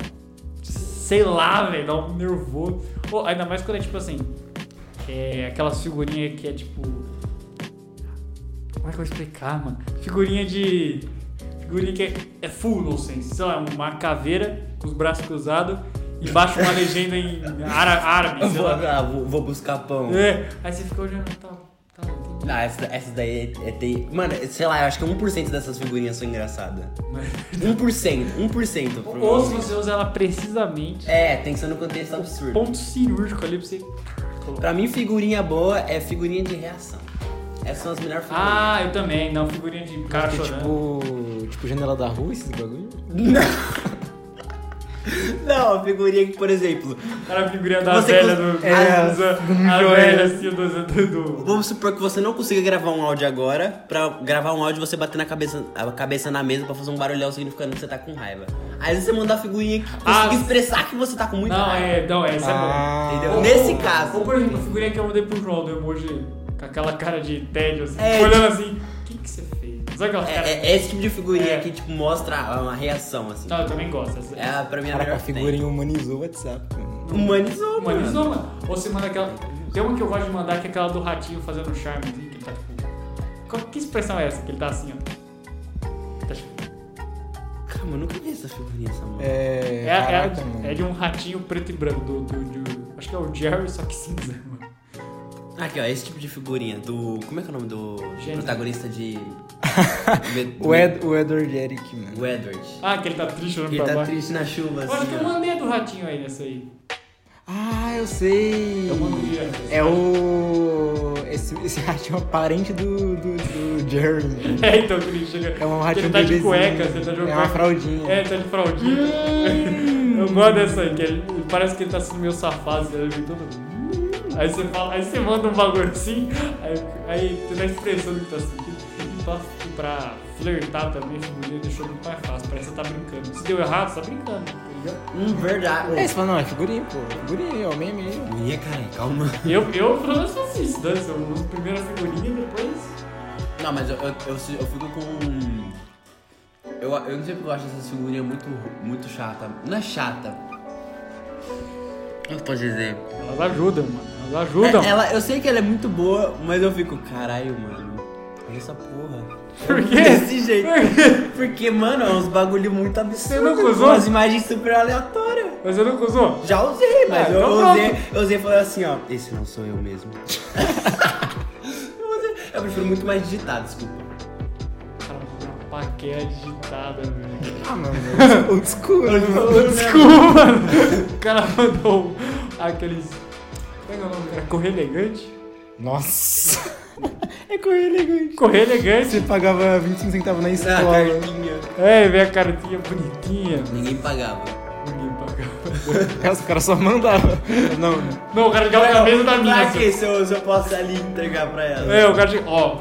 Speaker 1: Sei lá, velho, dá um nervoso. Ô, ainda mais quando é tipo assim. É aquelas figurinhas que é tipo. Como é que eu vou explicar, mano? Figurinha de. Figurinha que é, é full nonsense. Sei lá, é uma caveira com os braços cruzados e embaixo uma legenda em ára- árabe,
Speaker 2: Eu
Speaker 1: sei
Speaker 2: vou,
Speaker 1: lá.
Speaker 2: ah, vou, vou buscar pão.
Speaker 1: É, aí você fica olhando, tá, tá, tem
Speaker 2: Não, essa, essa daí é, é tem. Mano, sei lá, eu acho que 1% dessas figurinhas são engraçadas. 1%, 1%.
Speaker 1: Ou se
Speaker 2: provavelmente.
Speaker 1: você usa ela precisamente,
Speaker 2: É, tem que ser no contexto absurdo.
Speaker 1: ponto cirúrgico ali pra você colocar.
Speaker 2: Pra mim, figurinha boa é figurinha de reação. Essas são as melhores figurinhas.
Speaker 1: Ah, eu também, não, figurinha de cara
Speaker 3: Que,
Speaker 1: chorando.
Speaker 3: tipo, tipo, janela da rua, esses bagulho.
Speaker 2: *laughs* Não, a figurinha que, por exemplo,
Speaker 1: Era a figurinha da
Speaker 2: Você
Speaker 1: velha
Speaker 2: cons-
Speaker 1: do.
Speaker 3: é,
Speaker 1: do- a
Speaker 3: do-
Speaker 1: velha assim do. do, do-
Speaker 2: vamos supor que você não consiga gravar um áudio agora. Pra gravar um áudio, você bater na cabeça, a cabeça na mesa pra fazer um barulhão significando que você tá com raiva. Aí você manda a figurinha que
Speaker 1: Ah,
Speaker 2: consiga expressar que você tá com muita
Speaker 1: Não,
Speaker 2: raiva.
Speaker 1: é, não, essa é
Speaker 3: Ah.
Speaker 1: boa.
Speaker 2: Entendeu? Nesse caso.
Speaker 1: Ou por exemplo, a figurinha que eu mandei pro João do emoji com aquela cara de tédio, assim,
Speaker 2: É,
Speaker 1: olhando assim, o que, que você fez? Sabe aquela cara.
Speaker 2: É, é- é esse tipo de figurinha
Speaker 1: É. Tá.
Speaker 2: que, tipo, mostra uma reação, assim.
Speaker 1: Não, eu também gosto. Essa,
Speaker 2: É, pra mim, a
Speaker 3: Caraca,
Speaker 2: melhor
Speaker 3: a
Speaker 2: que tem.
Speaker 3: figurinha humanizou o WhatsApp, mano.
Speaker 2: Humanizou, mano.
Speaker 1: Humanizou, mano. Ou você manda aquela. Tem uma que eu gosto de mandar que é aquela do ratinho fazendo um charme, assim, que ele tá tipo. Qual- Que expressão é essa? Que ele tá assim, ó. Tá, tipo,
Speaker 2: Cara, mano, eu nunca vi essa figurinha, essa mano.
Speaker 3: É.
Speaker 1: É, é-
Speaker 3: caraca, mano.
Speaker 1: é de um ratinho preto e branco, do, do, do- Acho que é o Jerry, só que cinza, mano.
Speaker 3: É.
Speaker 2: Aqui, ó, esse tipo de figurinha do... Como é que é o nome do
Speaker 1: Gênio.
Speaker 2: protagonista
Speaker 3: *laughs*
Speaker 2: de...
Speaker 3: O, Ed, o Edward Eric, mano.
Speaker 2: O Edward.
Speaker 1: Ah, que ele tá triste olhando
Speaker 2: Ele
Speaker 1: pra
Speaker 2: tá
Speaker 1: baixo.
Speaker 2: triste na chuva,
Speaker 1: Eu acho
Speaker 2: assim,
Speaker 1: que eu
Speaker 2: ó.
Speaker 1: mandei a do ratinho aí nessa aí. *laughs*
Speaker 3: Ah, eu sei.
Speaker 1: Eu mandei essa.
Speaker 3: É o. Esse, esse *laughs* ratinho é o parente do, do, do Jerry. mano.
Speaker 1: É, então, que ele chega.
Speaker 3: É um
Speaker 1: que
Speaker 3: ratinho
Speaker 1: ele tá de
Speaker 3: bebezinho.
Speaker 1: cueca, você tá de
Speaker 3: É uma
Speaker 1: cueca.
Speaker 3: fraldinha.
Speaker 1: É, ele tá de fraldinha. *laughs* eu gosto dessa aí, que ele, parece que ele tá assim meio safado, ele vem todo. Aí você, fala, aí você manda um bagulho assim, aí, aí você assim, tá expressando que tá sentindo. E pra, e pra flirtar também, essa mulher deixou muito mais fácil. Parece que você tá brincando. Se deu errado, você tá brincando, tá ligado?
Speaker 2: Hum, verdade.
Speaker 3: É, você fala, não, é figurinha, pô. Figurinha, é o meme aí.
Speaker 2: Minha, cara, calma.
Speaker 1: Eu, eu pelo menos faço isso, né? Eu uso primeiro a figurinha e depois.
Speaker 2: Não, mas eu, eu, eu, se- eu fico com. Eu, eu não sei porque eu acho essa figurinha muito, muito chata. Não é chata. Como que eu posso dizer?
Speaker 1: Elas ajudam, mano. Elas
Speaker 2: É,
Speaker 1: ajudam.
Speaker 2: ela, eu sei que ela é muito boa, mas eu fico, caralho, mano. Olha essa porra.
Speaker 1: Por quê?
Speaker 2: Desse jeito.
Speaker 1: Por quê?
Speaker 2: Porque, mano, é uns bagulho muito absurdo.
Speaker 1: nunca usou?
Speaker 2: Umas imagens super aleatórias.
Speaker 1: Mas eu nunca usou?
Speaker 2: Já usei, mas
Speaker 1: Ah,
Speaker 2: eu,
Speaker 1: então
Speaker 2: usei, eu usei e falei assim, ó. Esse não sou eu mesmo. *laughs* Eu usei- eu prefiro muito mais digitar, desculpa.
Speaker 1: Cara, uma paquera digitada, velho.
Speaker 3: Ah, mano. *laughs* Old school, né, mano?
Speaker 1: Desculpa, mano. O cara mandou aqueles. Como é que é o nome? Era correr elegante?
Speaker 3: Nossa. é correr elegante.
Speaker 1: Correr elegante.
Speaker 3: Você pagava 25 centavos na
Speaker 2: Ah,
Speaker 3: escola.
Speaker 2: cartinha.
Speaker 1: É, vem a cartinha bonitinha.
Speaker 2: Ninguém pagava.
Speaker 1: Ninguém pagava.
Speaker 3: Os caras só mandavam. Não,
Speaker 1: Não, É o cara ligava na mesa da minha.
Speaker 2: Pra
Speaker 1: assim.
Speaker 2: que se eu, se eu posso ali entregar pra ela?
Speaker 1: É, o cara chega. Ó.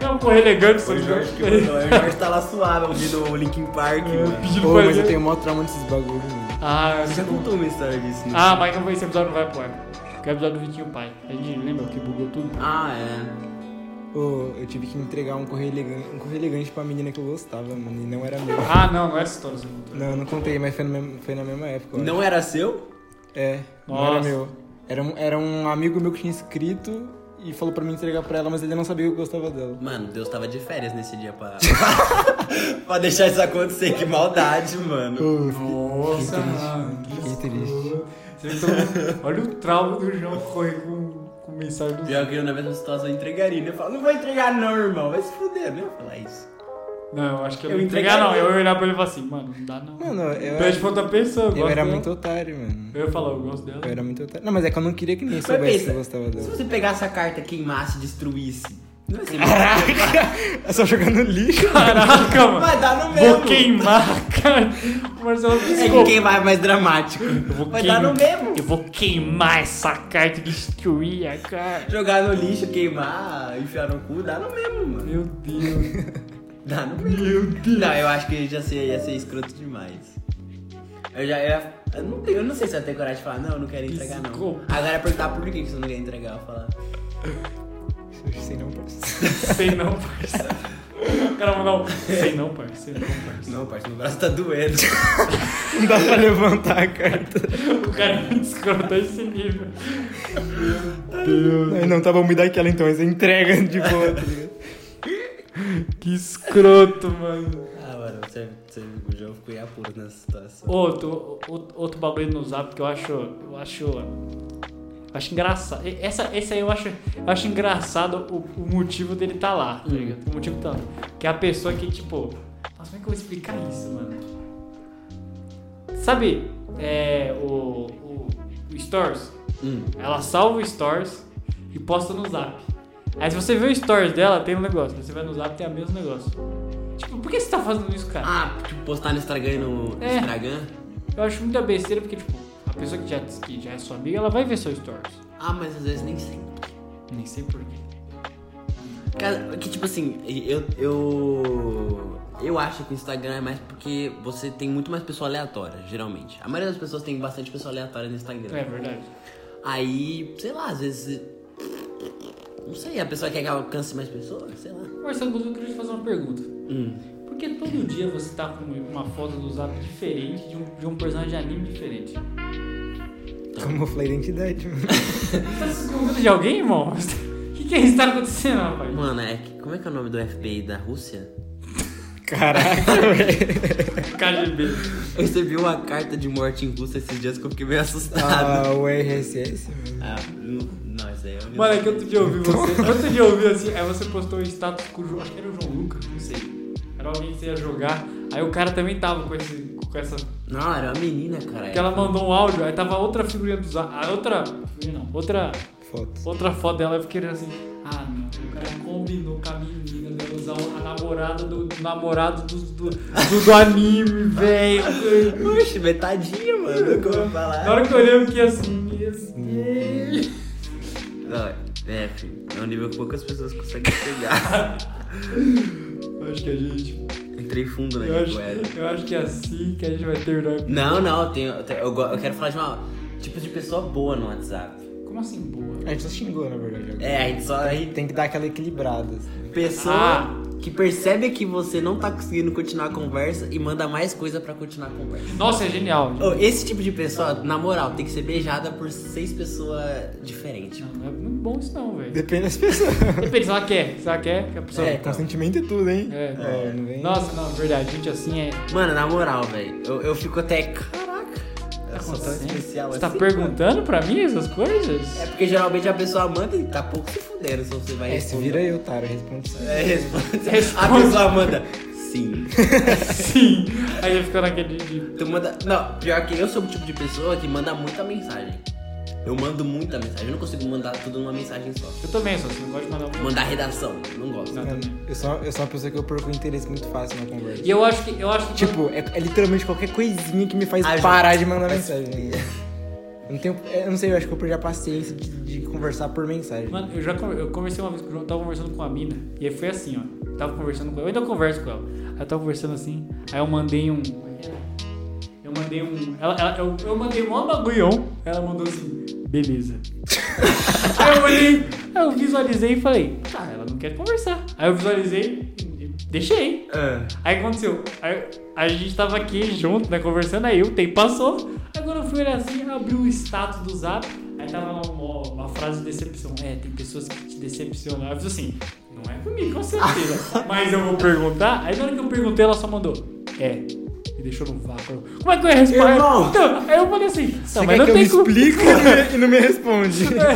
Speaker 1: É um correr elegante, isso
Speaker 2: O
Speaker 1: aqui.
Speaker 2: Jorge que mandou. O Jorge tá lá suave ouvindo o Linkin
Speaker 1: É,
Speaker 2: Park, mano.
Speaker 1: *laughs* Pedindo
Speaker 3: Pô,
Speaker 1: pra
Speaker 3: mas eu
Speaker 1: ele.
Speaker 3: tenho maior trauma desses bagulhos, mano.
Speaker 1: Ah,
Speaker 2: Você é já contou uma história disso, né?
Speaker 1: ah, mas não, esse episódio não vai pro ar. Que é o episódio do Vitinho Pai. A gente lembra que bugou tudo?
Speaker 2: Ah, é.
Speaker 3: Ô, eu tive que entregar um correio elegante, um correio elegante pra menina que eu gostava, mano, e não era meu.
Speaker 1: Ah, não, não é essa história. você não contou.
Speaker 3: Não, eu não contei, mas foi, no mesmo- foi na mesma época. eu acho.
Speaker 2: Não era seu?
Speaker 3: É, não
Speaker 1: Nossa.
Speaker 3: era meu. Era um, era um amigo meu que tinha escrito e falou pra mim entregar pra ela, mas ele não sabia que eu gostava dela.
Speaker 2: Mano, Deus tava de férias nesse dia pra. *laughs* pra deixar isso acontecer. Que maldade, mano.
Speaker 3: Ô,
Speaker 1: Nossa,
Speaker 3: triste,
Speaker 1: mano.
Speaker 3: que
Speaker 1: escroto. Você vê todo- Olha o trauma do João foi com, com mensagem do.
Speaker 2: Pior que eu na mesma situação eu entregaria. né? Eu falo, não vou entregar não, irmão. Vai se fuder, né? Eu falar isso.
Speaker 1: Não, eu acho que eu,
Speaker 2: Eu
Speaker 1: não ia entregar, não.
Speaker 2: entregaria.
Speaker 1: Eu ia olhar pra ele e falar assim, mano, não dá não.
Speaker 3: Mano, eu,
Speaker 1: Pede pra outra pessoa.
Speaker 3: eu
Speaker 1: gosto
Speaker 3: era
Speaker 1: dela.
Speaker 3: muito otário, mano.
Speaker 1: Eu ia falar, eu gosto dela.
Speaker 3: Eu era muito otário. Não, mas é que eu não queria que ninguém
Speaker 2: Mas
Speaker 3: soubesse que
Speaker 2: pensa,
Speaker 3: eu gostava
Speaker 2: se
Speaker 3: dela.
Speaker 2: você pegasse a carta, queimasse, destruísse. Não ia ser
Speaker 3: É só jogar no lixo.
Speaker 1: Caraca, mano.
Speaker 2: *laughs* Vai dar no mesmo.
Speaker 1: Vou queimar, *laughs* cara. O Marcelo
Speaker 2: É
Speaker 1: piscou.
Speaker 2: que quem vai é mais dramático.
Speaker 1: Eu vou
Speaker 2: Vai
Speaker 1: queimar-
Speaker 2: dar no mesmo.
Speaker 1: Eu vou queimar essa carta e destruir a carta.
Speaker 2: Jogar no lixo, queimar, enfiar no cu, dá no mesmo, mano.
Speaker 1: Meu Deus.
Speaker 2: Dá no mesmo. Meu Deus. Não, eu acho que já sei, ia ser escroto demais. Eu já ia. Eu não, tenho- eu não sei se eu tenho coragem de falar, não, eu não quero entregar, não.
Speaker 1: Psicopata.
Speaker 2: Agora é perguntar por que que você não quer entregar, eu falar.
Speaker 3: Sei não, parceiro.
Speaker 1: Sei não, parceiro. O cara mandou um. Sei não, parceiro. Sei não, parceiro.
Speaker 2: Não, parceiro, meu braço tá doendo.
Speaker 3: Não dá pra levantar a carta.
Speaker 1: O cara é muito escroto a esse nível.
Speaker 3: Não, Não, tá bom, me dá aquela então, você entrega de boa, tá ligado?
Speaker 1: Que escroto, mano.
Speaker 2: *laughs* ah, mano, você, você, o João ficou em apuros nessa situação.
Speaker 1: Outro, outro, outro bagulho no zap que eu acho. Eu acho. eu Acho engraçado. E- Essa, esse aí eu acho, eu acho engraçado o, o motivo dele tá lá, tá
Speaker 2: Hum.
Speaker 1: ligado? O motivo tá lá. Que é a pessoa que, tipo. Nossa, como é que eu vou explicar isso, mano? Sabe, é, o, o, o Stories?
Speaker 2: Hum.
Speaker 1: Ela salva o Stories e posta no Zap. Aí se você vê o Stories dela, tem um negócio. Aí você vai no Zap, tem o mesmo negócio. Tipo, por que você tá fazendo isso, cara?
Speaker 2: Ah, tipo, postar no Instagram e no
Speaker 1: É.
Speaker 2: Instagram?
Speaker 1: Eu acho muita besteira porque, tipo, a pessoa que já, que já é sua amiga, ela vai ver seus stories.
Speaker 2: Ah, mas às vezes nem sempre.
Speaker 1: Nem sei porquê.
Speaker 2: Cara, que tipo assim, eu, eu. Eu acho que o Instagram é mais porque você tem muito mais pessoa aleatória, geralmente. A maioria das pessoas tem bastante pessoa aleatória no Instagram.
Speaker 1: É verdade.
Speaker 2: Aí, sei lá, às vezes. Não sei, a pessoa quer que alcance mais pessoas, sei lá.
Speaker 1: Marcelo, mas eu queria te fazer uma pergunta. Por que todo dia você tá com uma foto do Zap diferente, de um, de um personagem de anime diferente?
Speaker 3: Camufla a identidade, mano.
Speaker 1: Você tá se escondendo de alguém, irmão? *laughs* O que, que é isso que tá acontecendo, rapaz?
Speaker 2: Mano, é, que- como é que é o nome do FBI da Rússia? *laughs*
Speaker 3: Caraca, *laughs* velho.
Speaker 1: KGB.
Speaker 2: Eu recebi uma carta de morte em russo esses dias que eu fiquei meio assustado.
Speaker 3: Ah, o RSS, mano.
Speaker 2: Ah, não, isso aí é
Speaker 1: Mano, é que outro dia eu ouvi você. Outro dia eu ouvi assim, aí você postou um status com o João. Acho que era o João Lucas, não sei. Era alguém que você ia jogar. Aí o cara também tava com, esse, com essa
Speaker 2: Não, era uma menina, cara.
Speaker 1: Que ela mandou um áudio, aí tava outra figurinha do Zap. A outra. Figurinha não, outra.
Speaker 3: Fotos.
Speaker 1: Outra foto dela, eu fiquei assim. Ah, não. O cara combinou com a menina dela usar a namorada do. do namorado do, do, do, do anime, velho.
Speaker 2: Oxe, metadinha, mano. Como eu falar?
Speaker 1: Na hora que eu olhei, eu fiquei assim. meu Deus.
Speaker 2: é
Speaker 1: *laughs*
Speaker 2: Não, é, filho, é um nível que poucas pessoas conseguem chegar.
Speaker 1: Eu acho que a gente.
Speaker 2: Entrei fundo na
Speaker 1: Eu acho,
Speaker 2: Guerra.
Speaker 1: eu acho que é assim que a gente vai terminar.
Speaker 2: Não, não, tem, eu, tenho- eu go- eu quero falar de uma tipo de pessoa boa no WhatsApp.
Speaker 1: Como assim, boa?
Speaker 3: A gente só xingou, na verdade. agora.
Speaker 2: É, a gente só. Aí,
Speaker 3: Tem que dar aquela equilibrada. assim.
Speaker 2: pessoa
Speaker 1: Ah.
Speaker 2: que percebe que você não tá conseguindo continuar a conversa e manda mais coisa pra continuar a conversa.
Speaker 1: Nossa, é genial. gente.
Speaker 2: Ô, esse tipo de pessoa, na moral, tem que ser beijada por seis pessoas diferentes.
Speaker 1: Não, não é muito bom isso não,
Speaker 2: *laughs*
Speaker 1: velho.
Speaker 3: Depende das pessoas.
Speaker 1: Depende se ela quer. Se ela quer, que a pessoa.
Speaker 2: É.
Speaker 3: Consentimento e tudo, hein?
Speaker 1: Então. É.
Speaker 3: Não, não vem.
Speaker 1: Nossa, não, verdade, gente assim é.
Speaker 2: Mano, na moral, velho, eu, eu fico até. Caraca, eu sou Tá tão
Speaker 1: Assim,
Speaker 2: especial
Speaker 1: Você
Speaker 2: assim.
Speaker 1: tá
Speaker 2: mano.
Speaker 1: perguntando pra mim essas coisas?
Speaker 2: É porque geralmente a pessoa manda e tá pouco se fudendo se você vai
Speaker 3: É, se
Speaker 2: responder.
Speaker 3: vira eu, Tara, responde sim.
Speaker 2: É, responde. A
Speaker 1: Responde.
Speaker 2: pessoa manda sim.
Speaker 1: *laughs* Sim. Aí ele ficou naquele de.
Speaker 2: Tu manda. Não, pior que eu sou o tipo de pessoa que manda muita mensagem. Eu mando muita mensagem. Eu não consigo mandar tudo numa mensagem só.
Speaker 1: Eu também sou assim, não gosto de mandar um.
Speaker 2: Mandar redação, não gosto.
Speaker 1: Não.
Speaker 3: Mano, eu sou, eu sou uma pessoa que eu perco interesse muito fácil na conversa.
Speaker 1: E eu acho que. Eu acho que
Speaker 3: Tipo, é, é literalmente qualquer coisinha que me faz
Speaker 2: Ah, já-
Speaker 3: parar de mandar mensagem. né? Eu não tenho. é, Eu não sei, eu acho que eu perdi a paciência de, de conversar por mensagem.
Speaker 1: É, Mano, eu já conver- eu conversei uma vez com o João, eu tava conversando com uma mina, e aí foi assim, ó. Eu tava conversando com ela, eu ainda converso com ela. Aí eu tava conversando assim, aí eu mandei um. como é que era? Eu mandei um. Ela, ela- eu, eu mandei um maior bagulhão, ela mandou assim, beleza. *laughs* aí eu mandei, aí eu visualizei e falei, tá, ela não quer conversar. Aí eu visualizei e deixei.
Speaker 3: Ah.
Speaker 1: Aí aconteceu, aí, a gente tava aqui junto, né, conversando, aí o tempo passou. Agora eu fui olhar assim, abri o status do zap, aí tava lá uma, uma frase de decepção. É, tem pessoas que te decepcionam. Aí eu fiz assim, não é comigo, com
Speaker 3: *laughs*
Speaker 1: certeza. Mas eu vou perguntar. Aí na hora que eu perguntei, ela só mandou, é. E deixou no vácuo. Como é que eu ia responder?
Speaker 3: Irmão!
Speaker 1: Então, aí eu falei assim, não,
Speaker 3: Você
Speaker 1: mas
Speaker 3: quer
Speaker 1: não
Speaker 3: que eu me
Speaker 1: tem como. *laughs*
Speaker 3: explico e não me- e não me responde?
Speaker 1: É.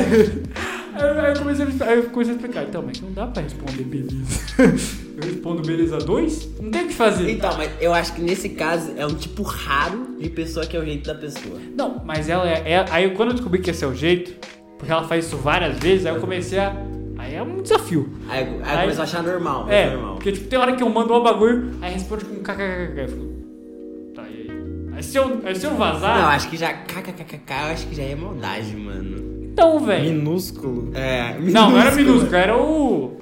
Speaker 1: Aí aí eu comecei a, me- aí eu comecei a explicar, então, mas não dá pra responder beleza. *laughs* Eu respondo beleza 2? Não tem o que fazer.
Speaker 2: Então, mas eu acho que nesse caso é um tipo raro de pessoa que é o jeito da pessoa.
Speaker 1: Não, mas ela é, é- Aí quando eu descobri que esse é o jeito, porque ela faz isso várias vezes, aí eu comecei a. Aí é um desafio.
Speaker 2: Aí, aí,
Speaker 1: Aí-
Speaker 2: começa a achar normal, mas
Speaker 1: É,
Speaker 2: normal.
Speaker 1: porque tipo, tem hora que eu mando um bagulho, aí responde com kkkk. Eu falo, tá, e aí? Aí se eu, aí se eu
Speaker 2: Não, é
Speaker 1: vazar.
Speaker 2: acho que já kkkk, eu acho que já é maldade, mano.
Speaker 1: então, velho.
Speaker 3: Minúsculo.
Speaker 2: É,
Speaker 1: Não, não era
Speaker 2: minúsculo.
Speaker 1: minúsculo, era o.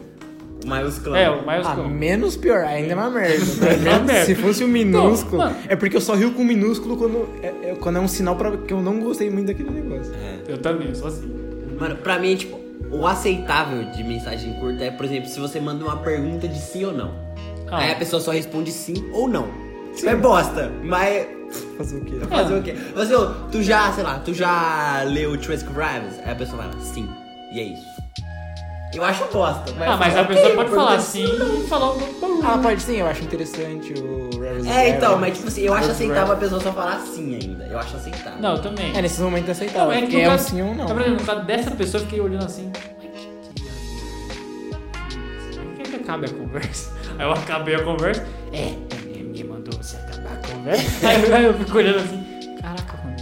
Speaker 2: Maiúsculo.
Speaker 1: É, o
Speaker 3: Ah,
Speaker 1: maiúsculo.
Speaker 3: menos pior, ainda é uma merda.
Speaker 1: Ainda *laughs* é uma merda.
Speaker 3: Se fosse um minúsculo.
Speaker 1: Não, mano.
Speaker 3: é porque eu só rio com minúsculo quando é, é- quando é um sinal pra, que eu não gostei muito daquele negócio.
Speaker 2: É.
Speaker 1: Eu também, sou assim.
Speaker 2: Mano, pra mim, tipo, o aceitável de mensagem curta é, por exemplo, se você manda uma pergunta de sim ou não.
Speaker 1: Ah.
Speaker 2: Aí a pessoa só responde sim ou não. É bosta, mas
Speaker 3: Fazer o quê?
Speaker 1: Ah.
Speaker 2: fazer o quê? Você, ô, tu já, sei lá, tu já leu Transcript Rhymes? Aí a pessoa fala sim. E é isso. Eu acho bosta, mas. é
Speaker 1: Ah, mas a
Speaker 2: ok,
Speaker 1: pessoa pode
Speaker 2: pergunta
Speaker 1: falar
Speaker 2: de
Speaker 1: sim
Speaker 2: ou não.
Speaker 1: e falar um bagulho.
Speaker 3: Ah, pode sim, eu acho interessante o Rivers of
Speaker 2: É, então,
Speaker 3: Heaven.
Speaker 2: mas tipo assim, eu acho
Speaker 3: Rivers of
Speaker 2: aceitável a
Speaker 3: Heaven.
Speaker 2: pessoa só falar sim ainda. Eu acho aceitável.
Speaker 1: Não, eu também.
Speaker 3: É, nesses momentos é aceitável.
Speaker 1: que
Speaker 3: porque
Speaker 1: no
Speaker 3: é um
Speaker 1: caso-
Speaker 3: sim ou um não.
Speaker 1: Mas, por exemplo, no caso dessa pessoa, eu fiquei olhando assim. "Ai, que dia." Por que que acabe a conversa? *laughs* Aí eu acabei a conversa. É, ele me mandou você acabar a conversa. *laughs* Aí eu- aí eu fico olhando assim. Caraca, mano,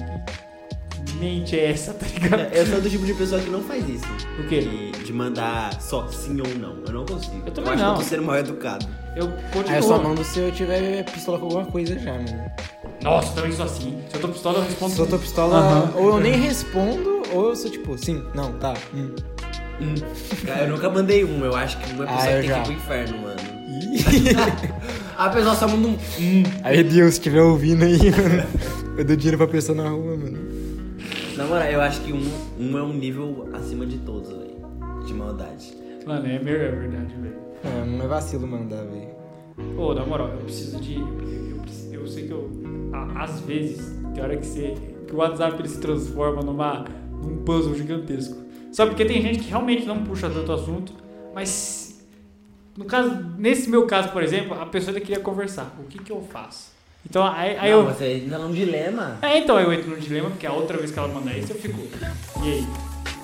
Speaker 1: que mente é essa, tá ligado?
Speaker 2: Eu sou do tipo de pessoa que não faz isso.
Speaker 1: O quê?
Speaker 2: De, de mandar só sim ou não. Eu não consigo.
Speaker 1: Eu também
Speaker 2: acho
Speaker 1: não.
Speaker 2: que eu tô sendo mal educado.
Speaker 1: Eu continuo.
Speaker 3: Aí eu só mando se eu tiver pistola com alguma coisa já, mano.
Speaker 1: Nossa, eu também sou assim. Se eu tô pistola, eu respondo.
Speaker 3: Se eu tô
Speaker 1: sim.
Speaker 3: pistola,
Speaker 1: Aham.
Speaker 3: ou eu nem respondo, ou eu sou tipo, sim, não, tá. hum.
Speaker 2: Cara, eu nunca mandei um. Eu acho que uma pessoa
Speaker 3: Ah,
Speaker 2: que
Speaker 3: eu
Speaker 2: tem que
Speaker 3: já.
Speaker 2: ir pro inferno, mano.
Speaker 3: *laughs*
Speaker 2: a pessoa só manda um. hum.
Speaker 3: Aí, Deus, se estiver ouvindo aí, *laughs* mano, eu dou dinheiro pra pessoa na rua, mano.
Speaker 2: Na moral, eu acho que um, um é um nível acima de todos, velho. De maldade.
Speaker 1: Mano, é meu, é verdade, velho.
Speaker 3: É, não é vacilo mandar, velho.
Speaker 1: Ô, na moral, eu preciso de. Eu, preci- eu sei que eu. a- Às vezes, tem hora que você. que o WhatsApp ele se transforma numa, num puzzle gigantesco. Só porque tem gente que realmente não puxa tanto assunto, mas. No caso, nesse meu caso, por exemplo, a pessoa ainda queria conversar. O que que eu faço? Então, aí, aí
Speaker 2: não,
Speaker 1: eu.
Speaker 2: você ainda não dilema.
Speaker 1: É, então eu entro no dilema, porque a outra vez que ela mandar isso, eu fico. E aí?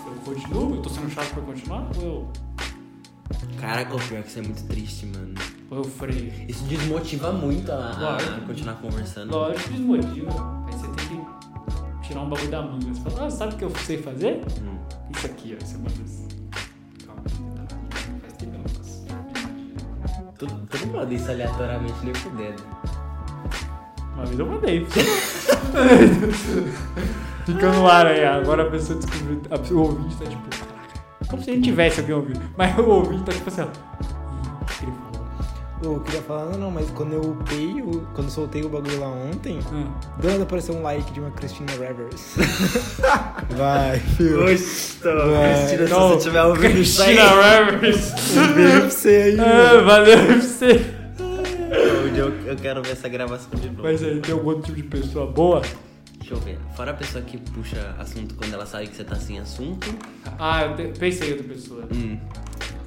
Speaker 1: Eu continuo? Eu tô sendo chato pra continuar? Ou eu,
Speaker 2: Caraca, o pior é que isso é muito triste, mano.
Speaker 1: ou eu freio?
Speaker 2: Isso desmotiva muito a, a- a
Speaker 1: Lógico.
Speaker 2: continuar conversando.
Speaker 1: Lógico, desmotiva. Aí você tem que tirar um bagulho da manga. Você fala, ah, sabe o que eu sei fazer?
Speaker 2: Hum.
Speaker 1: Isso aqui, ó. Você manda assim. Calma, faz tempo que eu não faço.
Speaker 2: Todo, todo mundo manda isso aleatoriamente, nem fudendo.
Speaker 1: Uma vez eu mandei. *laughs* Fica no ar aí, agora a pessoa descobriu. a pessoa- o ouvinte tá tipo, caraca. Como se a gente tivesse alguém ouvindo. Mas o ouvinte tá tipo assim, ó. "Ih, o que ele falou.
Speaker 3: eu queria falar, não, não, mas quando eu upei, o- quando eu soltei o bagulho lá ontem,
Speaker 1: Hum.
Speaker 3: do nada apareceu um like de uma Christina
Speaker 2: *laughs*
Speaker 3: Rivers. Vai, filho. Vai.
Speaker 2: Cristina, se
Speaker 1: Não,
Speaker 2: você tiver
Speaker 1: *laughs*
Speaker 2: ouvindo isso aí.
Speaker 1: Christina Rivers.
Speaker 3: Um beijo pra você aí.
Speaker 1: Ah,
Speaker 3: mano.
Speaker 1: valeu pra você.
Speaker 2: Eu, eu- eu quero ver essa gravação de novo.
Speaker 1: Mas aí, tem algum tipo de pessoa boa?
Speaker 2: Deixa eu ver. Fora a pessoa que puxa assunto quando ela sabe que você tá sem assunto.
Speaker 1: Ah, eu te- pensei em outra pessoa.
Speaker 2: Hum.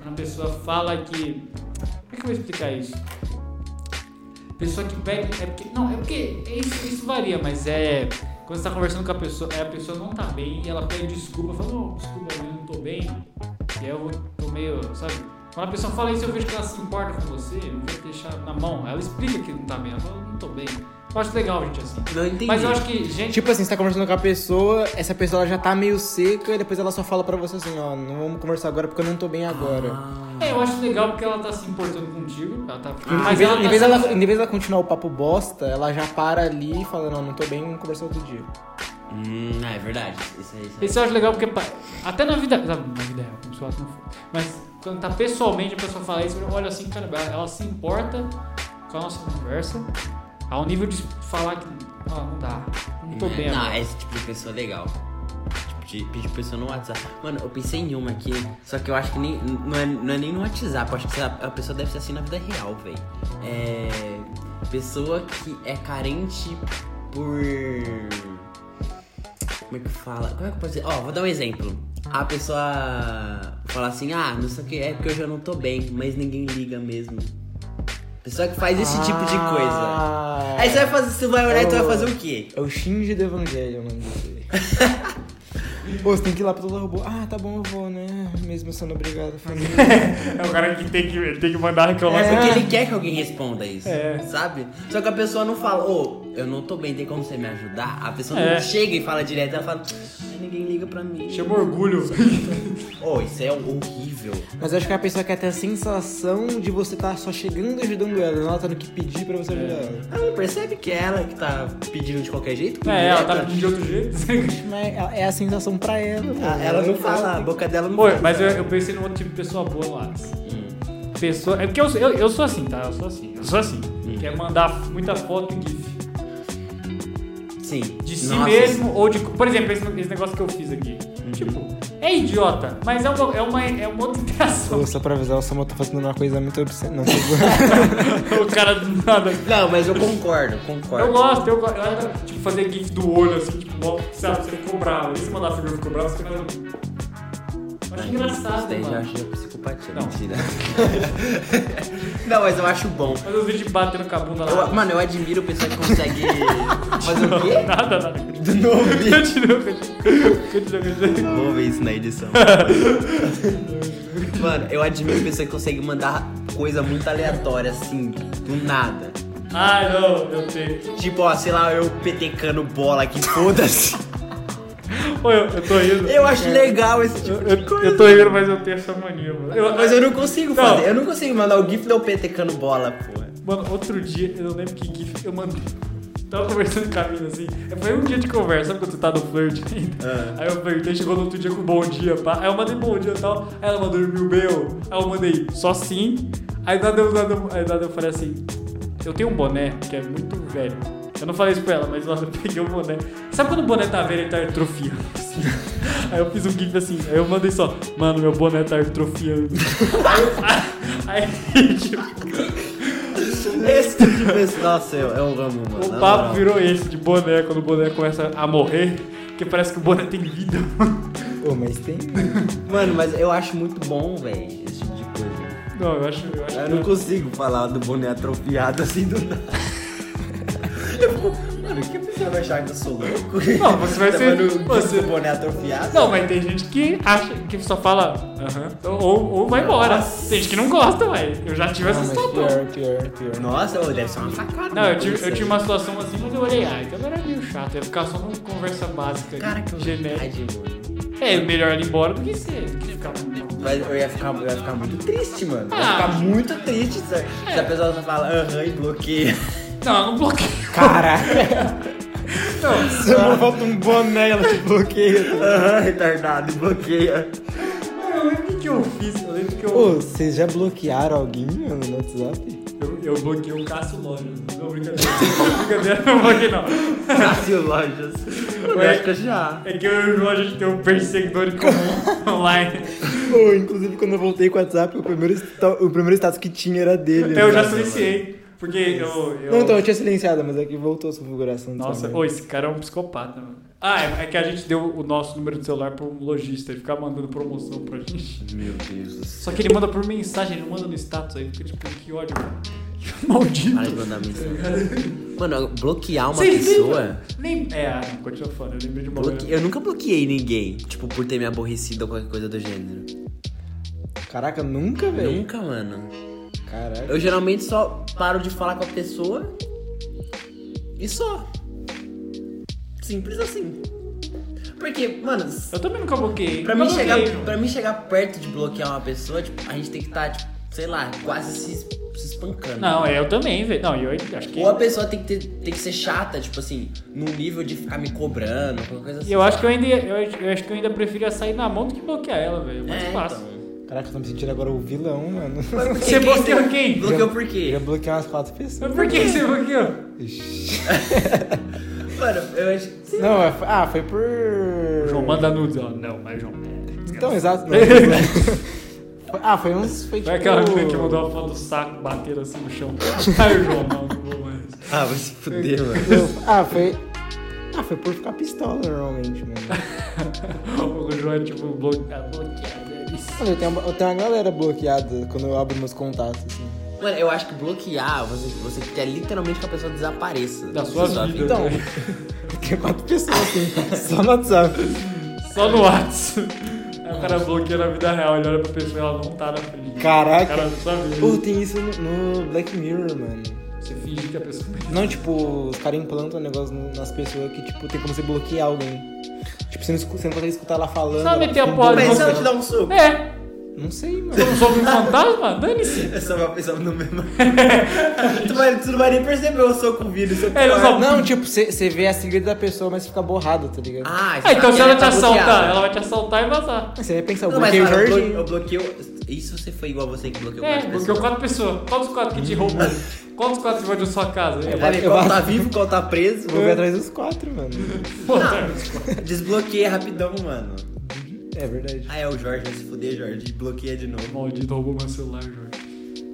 Speaker 1: Quando a pessoa fala que. Como é que eu vou explicar isso? Pessoa que bebe. É porque, não, é porque é isso, isso varia, mas é. Quando você tá conversando com a pessoa, é, a pessoa não tá bem e ela pede desculpa, fala, não, desculpa, eu não tô bem. E aí eu vou- tô meio, sabe? Quando a pessoa fala isso, eu vejo que ela se importa com você, eu não vou deixar na mão. Ela explica que não tá bem, ela fala, não tô bem. Eu acho legal, gente, assim.
Speaker 2: Não entendi.
Speaker 1: Mas eu acho que,
Speaker 2: É.
Speaker 1: gente.
Speaker 3: Tipo assim, você tá conversando com a pessoa, essa pessoa ela já tá meio seca, e depois ela só fala pra você assim, ó, não vamos conversar agora porque eu não tô bem agora.
Speaker 2: Ah.
Speaker 1: É, eu acho legal porque ela tá se importando contigo. Ela tá.
Speaker 3: Ah, em,
Speaker 1: mas
Speaker 3: vez,
Speaker 1: ela
Speaker 3: em
Speaker 1: tá
Speaker 3: vez
Speaker 1: se-
Speaker 3: dela, em vez dela continuar o papo bosta, ela já para ali e fala, não, não tô bem, vamos conversar outro dia.
Speaker 2: Hum, ah, é verdade. Isso aí. Isso aí.
Speaker 1: Isso eu acho legal porque pá, até na vida. Na na vida real, como se fosse, não for. Mas quando tá pessoalmente, a pessoa fala isso, olha assim, cara, ela, ela se importa com a nossa conversa. Ao nível de falar que. Ah, não dá. Não tô bem
Speaker 2: Não,
Speaker 1: agora.
Speaker 2: esse tipo de pessoa é legal. Tipo, de, pedir pessoa no WhatsApp. Mano, eu pensei em uma aqui, só que eu acho que nem, não, é, não é nem no WhatsApp. Eu acho que a, a pessoa deve ser assim na vida real, velho. É. Pessoa que é carente por. Como é que fala? Como é que eu posso dizer? Ó, vou dar um exemplo. A pessoa fala assim: ah, não sei o que, é porque eu já não tô bem, mas ninguém liga mesmo. Pessoa que faz esse tipo de coisa.
Speaker 3: Ah,
Speaker 2: Aí você vai fazer, você vai olhar e tu vai
Speaker 3: Eu-
Speaker 2: fazer o quê?
Speaker 3: É o Shinji do Evangelho, mano. *laughs* Pô, você tem que ir lá pra todo robô. Ah, tá bom, eu vou, né? Mesmo sendo obrigado a fazer.
Speaker 1: É o cara que tem que, ele tem que mandar reclamar.
Speaker 2: É
Speaker 1: assim,
Speaker 2: porque ele quer que alguém responda isso,
Speaker 1: É.
Speaker 2: sabe? Só que a pessoa não fala, ô, eu não tô bem, tem como você me ajudar? A pessoa
Speaker 1: É.
Speaker 2: não chega e fala direto, ela fala, ai, ninguém liga pra mim.
Speaker 1: Chama orgulho.
Speaker 2: Ô, isso é horrível.
Speaker 3: *laughs* Mas eu acho que a pessoa quer ter a sensação de você tá só chegando e ajudando ela, não ela tendo que pedir pra você ajudar ela.
Speaker 2: Ela não percebe que é ela que tá pedindo de qualquer jeito?
Speaker 1: *laughs* É, ela tá
Speaker 2: Direto.
Speaker 1: pedindo de outro jeito.
Speaker 3: Mas é é a sensação pra Ah, ela,
Speaker 2: Ela,
Speaker 3: mano.
Speaker 2: ela não fala, a boca dela
Speaker 1: *laughs*
Speaker 2: não
Speaker 1: tá Oi,
Speaker 2: fala.
Speaker 1: mas eu, eu pensei num outro tipo de pessoa boa lá. Pessoa. É porque eu, eu, eu sou assim, tá? Eu sou assim. Eu sou assim. Quer mandar muita foto e GIF.
Speaker 2: Sim.
Speaker 1: De si
Speaker 2: Nossa, Uhum.
Speaker 1: mesmo ou de. Por exemplo, esse, esse negócio que eu fiz aqui. Tipo, é idiota, mas é uma, é uma, é uma outra interação.
Speaker 3: Ô, Só pra avisar, o Samuel tá fazendo uma coisa muito obscena. Não,
Speaker 1: *laughs* o cara do nada.
Speaker 2: Não, mas eu concordo, concordo.
Speaker 1: Eu gosto, eu gosto. Eu adoro, Tipo, fazer gif do olho assim, tipo, mó- sabe, você ficou bravo. né? Se mandar a figura ficou bravo, você fica fazendo. Eu acho
Speaker 2: Isso
Speaker 1: engraçado,
Speaker 2: daí já
Speaker 1: mano.
Speaker 2: acho psicopatia,
Speaker 1: Não.
Speaker 2: mentira. *laughs* não, mas eu acho bom.
Speaker 1: Fazer os vídeos batendo com a bunda lá.
Speaker 2: Eu- mano, eu admiro o pessoal que
Speaker 1: *laughs*
Speaker 2: consegue fazer o quê?
Speaker 1: Nada, nada. *laughs* Continua,
Speaker 2: Do novo
Speaker 1: continua. Continua, continua.
Speaker 2: Vou ver isso na
Speaker 1: *laughs*
Speaker 2: edição. Mano, eu admiro pessoa que consegue mandar coisa muito aleatória, assim, do nada.
Speaker 1: Ai, não, eu tenho.
Speaker 2: Tipo, ó, sei lá, eu petecando bola aqui,
Speaker 1: *laughs*
Speaker 2: foda-se.
Speaker 1: Ô, eu, eu tô rindo.
Speaker 2: Eu acho legal esse
Speaker 1: Eu,
Speaker 2: tipo de
Speaker 1: eu,
Speaker 2: coisa.
Speaker 1: eu tô rindo, mas eu tenho essa mania, mano. Eu-
Speaker 2: Mas eu não consigo
Speaker 1: Não.
Speaker 2: fazer, eu não consigo mandar o gif do eu petecando bola, porra.
Speaker 1: Mano, outro dia, eu não lembro que gif eu mandei. Tava conversando com a mina assim. é, Foi um dia de conversa, sabe quando você tá no flirt ainda?
Speaker 2: Ah.
Speaker 1: Aí eu flirtei, chegou no outro dia com bom dia, pá. Aí eu mandei bom dia e tal. Aí ela mandou dormiu meu. Aí eu mandei só sim. Aí nada, eu- nada, eu- aí nada eu falei assim: Eu tenho um boné que é muito velho. Eu não falei isso pra ela, *laughs* mas nossa, eu peguei o boné. Sabe quando o boné tá velho e tá atrofiando? assim? Aí eu fiz um gif assim, aí eu mandei só, mano, meu boné tá atrofiando. *laughs* aí, aí, *laughs* tipo,
Speaker 2: Esse tipo de pessoa. Nossa, eu, eu amo, mano.
Speaker 1: O
Speaker 2: na
Speaker 1: papo
Speaker 2: moral.
Speaker 1: virou esse de boné, quando o boné começa a morrer, que parece que o boné tem vida. *laughs*
Speaker 3: Ô, mas tem.
Speaker 2: Mano, mas eu acho muito bom, velho, esse tipo de coisa.
Speaker 1: Não, eu acho, eu acho
Speaker 2: É, Eu
Speaker 1: que
Speaker 2: não consigo falar do boné atrofiado assim do nada. Eu fico, mano, o que a pessoa vai achar que eu sou louco?
Speaker 1: Não, você vai ser-
Speaker 2: Tomando um
Speaker 1: você-
Speaker 2: boné atrofiado?
Speaker 1: Não, mas tem gente que acha que só fala aham, ou, ou vai embora. Tem gente que não gosta, ué. Eu já tive essa
Speaker 3: mas
Speaker 1: situação.
Speaker 3: pior, pior, pior.
Speaker 2: Nossa, ô, deve ser uma facada.
Speaker 1: Não, eu
Speaker 2: uma
Speaker 1: tive,
Speaker 2: coisa
Speaker 1: eu tive
Speaker 2: assim.
Speaker 1: uma situação assim, mas eu olhei, ah, então era meio chato, ia ficar só numa conversa básica,
Speaker 2: Cara, que
Speaker 1: genérica.
Speaker 2: verdade, mano.
Speaker 1: É, melhor ir embora do que ser, do que ficar com-
Speaker 2: Mas eu ia ficar, eu ia ficar muito triste, mano. Eu ia
Speaker 1: Ah. É.
Speaker 2: ficar muito triste se, se a pessoa só fala aham e bloqueia.
Speaker 1: Não, eu não bloqueio.
Speaker 3: *laughs* Caraca!
Speaker 1: Não.
Speaker 3: Samuel falta um boné, ela te bloqueia.
Speaker 2: Aham, retardado, e bloqueia.
Speaker 1: Eu lembro o que que eu fiz, eu lembro que eu...
Speaker 3: Ô, vocês já bloquearam alguém, mano, no WhatsApp?
Speaker 1: Eu, eu bloqueei o Cássio Lojas. Não, brincadeira. *laughs* brincadeira, não bloqueei não.
Speaker 2: Cássio Lojas. Eu
Speaker 1: Ué.
Speaker 2: acho que eu já.
Speaker 1: É que eu e o João, a gente tem um perseguidor em comum *laughs* online.
Speaker 3: Ô, inclusive, quando eu voltei com o WhatsApp, o primeiro, esta- o primeiro status que tinha era dele.
Speaker 1: Então, Eu
Speaker 3: né?
Speaker 1: já silenciei. Porque eu... eu...
Speaker 3: Não, então, eu tinha silenciado, mas aqui voltou a sua configuração. do
Speaker 1: Nossa,
Speaker 3: celular.
Speaker 1: ô, esse cara é um psicopata, mano. Ah, é, é que a gente deu o nosso número de celular pra um lojista. Ele ficava mandando promoção pra gente.
Speaker 2: Meu Deus do
Speaker 1: Só
Speaker 2: céu.
Speaker 1: que ele manda por mensagem, ele manda no status aí. Fica tipo, que ódio, mano. *laughs* Que maldito. *laughs*
Speaker 2: Para de mandar mensagem. Mano, bloquear uma
Speaker 1: Vocês
Speaker 2: pessoa.
Speaker 1: lembram- lembram- É, ah, não, continua falando. Eu lembrei de uma
Speaker 2: bloque- Eu nunca bloqueei ninguém, tipo, por ter me aborrecido ou qualquer coisa do gênero.
Speaker 3: Caraca, nunca, velho.
Speaker 2: Nunca, mano.
Speaker 3: Caraca.
Speaker 2: Eu geralmente só paro de falar com a pessoa e só. Simples assim. Porque, mano, s-
Speaker 1: Eu também nunca bloqueei.
Speaker 2: pra
Speaker 1: Nunca
Speaker 2: mim, chegar,
Speaker 1: bloqueei, João.
Speaker 2: pra mim chegar perto de bloquear uma pessoa, tipo, a gente tem que estar, tipo, sei lá, quase se, es- se espancando.
Speaker 1: Não, é, eu também, velho. Não, eu acho que.
Speaker 2: Ou a pessoa tem que, ter- tem que ser chata, tipo assim, num nível de ficar me cobrando, qualquer coisa assim.
Speaker 1: E eu acho que eu ainda, eu, acho- eu acho que eu ainda preferia sair na mão do que bloquear ela, velho. É
Speaker 2: É,
Speaker 1: mais fácil.
Speaker 2: então.
Speaker 3: Caraca, eu tô me sentindo agora o vilão, mano.
Speaker 2: Mas por que
Speaker 1: Você
Speaker 2: quem
Speaker 1: bloqueou
Speaker 2: você-
Speaker 1: quem?
Speaker 2: Bloqueou por
Speaker 3: Eu já
Speaker 2: quê?
Speaker 3: bloqueei umas quatro pessoas.
Speaker 1: Mas por que você bloqueou?
Speaker 3: Ixi.
Speaker 2: Mano, eu acho que.
Speaker 3: Não, é- ah, foi por.
Speaker 1: João manda nudes, ó. Não, mas João.
Speaker 3: Então,
Speaker 1: *laughs*
Speaker 3: exato. não. Foi- ah, foi uns. Foi tipo.
Speaker 1: Vai aquela menina que mandou a foto do saco bater assim no chão. *laughs* Ai, João, não, não vou mais. *laughs*
Speaker 2: Ah, vai se fuder, mano.
Speaker 3: Não, ah, foi. Ah, foi por ficar pistola normalmente,
Speaker 1: *laughs*
Speaker 3: mano.
Speaker 1: O João é tipo bloqueado. bloqueado, é isso.
Speaker 3: Mano, eu tenho, uma, eu tenho uma galera bloqueada quando eu abro meus contatos, assim.
Speaker 2: Mano, eu acho que bloquear, você, você quer literalmente que a pessoa desapareça.
Speaker 1: Da sua
Speaker 2: Só-
Speaker 1: vida.
Speaker 3: Então, eu tenho é quatro pessoas, assim, *laughs* só no WhatsApp.
Speaker 1: Só no WhatsApp. Aí o cara bloqueia na vida real, ele olha pra pessoa e ela não tá na frente.
Speaker 3: Caraca.
Speaker 1: O cara sabe.
Speaker 3: Pô, tem isso no, no Black Mirror, mano.
Speaker 1: Você finge que a pessoa. *laughs*
Speaker 3: Não, tipo, os caras implantam um negócio no- nas pessoas que, tipo, tem como você bloquear alguém. Tipo, você não, escu- você não consegue escutar ela falando.
Speaker 1: Só meter a
Speaker 3: ela-
Speaker 1: porra
Speaker 2: Mas
Speaker 1: Você-
Speaker 2: se ela te dá um soco,
Speaker 1: É.
Speaker 3: Não sei, mano.
Speaker 1: Você não soube um fantasma? Dane-se.
Speaker 2: é só uma pessoa no mesmo. *laughs* tu, vai, tu não vai nem perceber o soco vindo. seu
Speaker 1: É, ele só-
Speaker 3: Não, tipo, você você vê a sigla da pessoa, mas fica borrado, tá ligado?
Speaker 2: Ah,
Speaker 1: Ah, então se ela te
Speaker 2: tá
Speaker 1: assaltar,
Speaker 2: bloqueada.
Speaker 1: ela vai te assaltar e vazar.
Speaker 3: Mas Você vai pensar, eu
Speaker 2: Não, mas
Speaker 3: bloqueei o
Speaker 2: mano, eu
Speaker 3: Jorge.
Speaker 2: blo- eu bloqueio. Isso você foi igual você que bloqueou
Speaker 1: É,
Speaker 2: quatro
Speaker 1: bloqueou
Speaker 2: pessoas.
Speaker 1: quatro pessoas. Qual dos quatro que te roubou? Qual dos quatro que invadiu sua casa? É,
Speaker 3: vai-
Speaker 2: Falei,
Speaker 3: eu
Speaker 2: qual
Speaker 3: vou-
Speaker 2: tá vivo, qual tá preso.
Speaker 3: Vou ver atrás dos quatro, mano.
Speaker 1: puta.
Speaker 2: Desbloqueia rapidão, mano.
Speaker 3: É verdade.
Speaker 2: Ah, é o Jorge, vai se fuder, Jorge. Bloqueia de novo.
Speaker 1: Maldito, roubou meu celular, Jorge.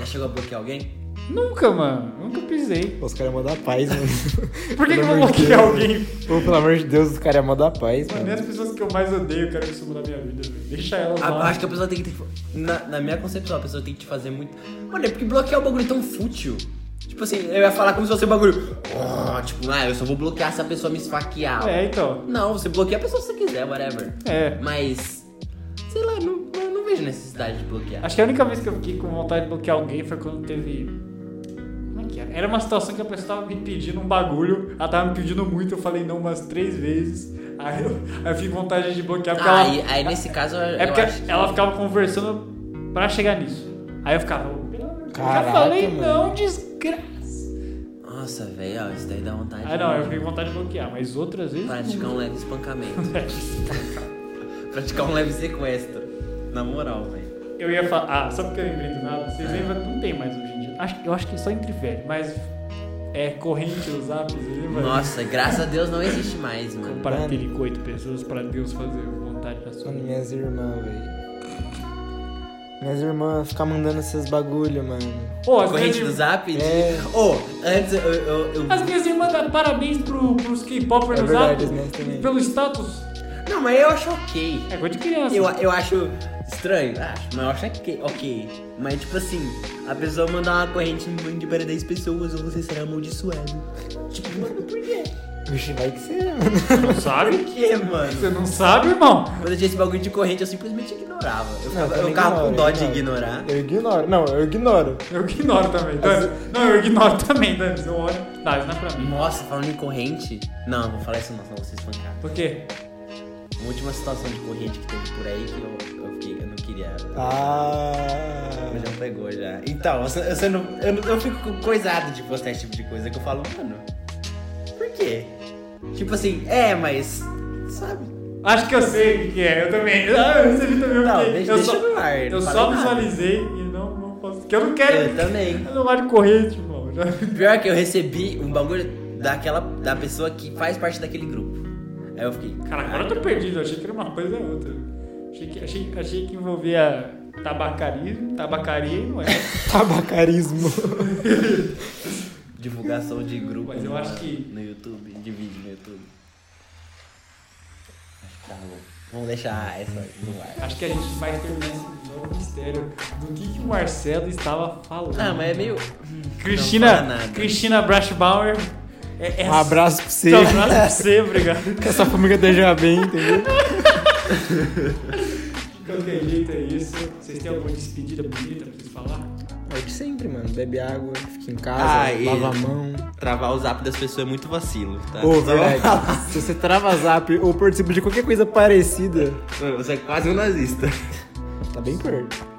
Speaker 2: Já chegou a bloquear alguém?
Speaker 1: Nunca, mano. Nunca pisei.
Speaker 3: Pô, Os caras é mó da paz, mano. *laughs*
Speaker 1: Por que, que eu
Speaker 3: Pelo
Speaker 1: vou
Speaker 3: amor de
Speaker 1: bloquear
Speaker 3: Deus.
Speaker 1: alguém?
Speaker 3: Pô, pelo amor de Deus, os caras é mó da paz,
Speaker 1: Mano,
Speaker 3: mano.
Speaker 1: nem as pessoas que eu mais odeio, eu quero que sumam da minha vida, velho. Deixa elas
Speaker 2: A-
Speaker 1: lá.
Speaker 2: acho que a pessoa tem que. Ter, na, na minha concepção, a pessoa tem que te fazer muito. Mano, é porque bloquear o bagulho é tão fútil. Tipo assim, eu ia falar como se fosse um bagulho. "Oh", tipo, ah, eu só vou bloquear se a pessoa me esfaquear.
Speaker 1: É, então.
Speaker 2: Não, você bloqueia a pessoa se você quiser, whatever.
Speaker 1: É.
Speaker 2: Mas. Sei lá, não, eu não vejo necessidade de bloquear.
Speaker 1: Acho que a única vez que eu fiquei com vontade de bloquear alguém foi quando teve. Como é que era? Era uma situação que a pessoa tava me pedindo um bagulho, ela tava me pedindo muito, eu falei não umas três vezes. Aí eu, aí eu fiquei com vontade de bloquear porque
Speaker 2: Ah,
Speaker 1: ela.
Speaker 2: aí, aí nesse caso eu,
Speaker 1: É
Speaker 2: eu
Speaker 1: porque
Speaker 2: acho que-
Speaker 1: ela ficava conversando pra chegar nisso. Aí eu ficava, pelo amor de Deus, eu já
Speaker 3: Caraca,
Speaker 1: falei
Speaker 3: mano.
Speaker 1: não, desgraça.
Speaker 2: Nossa, velho, ó, isso daí dá vontade.
Speaker 1: Ah não, eu fiquei com vontade de bloquear, mas outras vezes.
Speaker 2: Praticar um leve espancamento. Praticar um leve sequestro. Na moral, velho.
Speaker 1: *laughs* Eu ia falar. Ah, sabe o que eu lembrei do nada? Vocês lembram? Não tem mais hoje em dia. Acho- eu acho que é só entre velho, mas. É corrente os apps, lembra?
Speaker 2: Nossa, graças a Deus não existe mais, mano.
Speaker 1: Compartilhe com oito pessoas pra Deus fazer vontade da sua
Speaker 3: Mano,
Speaker 1: vida.
Speaker 3: minhas irmãs, velho. Minhas irmãs ficam mandando esses bagulho, mano.
Speaker 1: Ô, as, minhas
Speaker 2: Corrente do
Speaker 1: irmãs,
Speaker 2: zap? de-
Speaker 3: É.
Speaker 2: Ô, antes eu. eu- eu-
Speaker 1: as minhas irmãs dão parabéns pro, pros K-popers
Speaker 3: É
Speaker 1: no
Speaker 3: verdade, as
Speaker 1: zap
Speaker 3: minhas também.
Speaker 1: pelo status.
Speaker 2: Não, mas eu acho ok.
Speaker 1: É coisa de criança.
Speaker 2: Eu, eu acho estranho, acho, mas eu acho que ok. Mas tipo assim, a pessoa mandar uma corrente em bando de para 10 pessoas ou você será amaldiçoado. Tipo, mano, por quê?
Speaker 3: Vixe, vai que será, mano.
Speaker 1: Não
Speaker 2: Por
Speaker 1: sabe?
Speaker 2: quê, mano?
Speaker 1: Você não sabe, irmão?
Speaker 2: Quando eu tinha esse bagulho de corrente, eu simplesmente ignorava. Eu,
Speaker 3: Não,
Speaker 2: ficava, eu
Speaker 3: também
Speaker 2: ficava com
Speaker 3: ignoro,
Speaker 2: dó
Speaker 3: eu
Speaker 2: de
Speaker 3: ignoro.
Speaker 2: ignorar.
Speaker 3: Eu ignoro. Não, eu ignoro.
Speaker 1: Eu ignoro também, Dani. Não, eu ignoro também, Dani. Eu olho. Tá, isso não é pra mim.
Speaker 2: Nossa, falando em corrente. Não, eu vou falar isso não, senão vocês espancar.
Speaker 1: Por quê?
Speaker 2: Uma última situação de corrente que teve por aí que eu, eu fiquei, eu não queria.
Speaker 3: Ah. *laughs*
Speaker 2: Mas Já pegou já. Então, você, você não, eu, não- eu fico coisado de postar esse tipo de coisa que eu falo, mano. Por quê? Tipo assim, é, mas. Sabe?
Speaker 1: Acho que eu sei o que que é, eu também. Ah, eu recebi também o
Speaker 2: Não,
Speaker 1: que
Speaker 2: deixa-
Speaker 1: eu
Speaker 2: deixa
Speaker 1: só,
Speaker 2: no ar,
Speaker 1: eu
Speaker 2: não
Speaker 1: só
Speaker 2: falei nada.
Speaker 1: visualizei e não, não resposta. Que eu não quero.
Speaker 2: Eu também.
Speaker 1: *laughs* Eu não gosto de tipo, corrente, mano.
Speaker 2: Pior é que eu recebi um bagulho daquela. da pessoa que faz parte daquele grupo. Aí eu fiquei.
Speaker 1: Cara, agora eu tô perdido. Eu achei que era uma coisa ou outra. Achei que, achei, achei que envolvia tabacarismo, tabacaria, não é?
Speaker 3: Tabacarismo.
Speaker 2: Divulgação de grupo
Speaker 1: Mas eu
Speaker 2: no-
Speaker 1: acho que-
Speaker 2: no YouTube, de vídeo no YouTube. Acho que tá bom. Vamos deixar essa no ar.
Speaker 1: Acho que a gente vai terminar esse novo mistério do que, que o Marcelo estava falando.
Speaker 2: Ah, mas é meio.
Speaker 1: Cristina,
Speaker 2: Não fala nada.
Speaker 1: Cristina Brashbauer. É, é
Speaker 3: Um abraço pra *laughs* você.
Speaker 1: Um abraço pra você, obrigado.
Speaker 3: Que essa família esteja bem, entendeu?
Speaker 1: De *laughs* qualquer jeito é isso. Vocês têm alguma despedida bonita pra vocês falar?
Speaker 3: É o de sempre, mano. Bebe água, fica em casa,
Speaker 2: Ah, e-
Speaker 3: lava a mão.
Speaker 2: Travar o zap das pessoas é muito vacilo, tá?
Speaker 3: é. Ô,
Speaker 2: Só-
Speaker 3: verdade. Se você trava zap ou participa de qualquer coisa parecida,
Speaker 2: Você é quase um nazista.
Speaker 3: tá bem perto.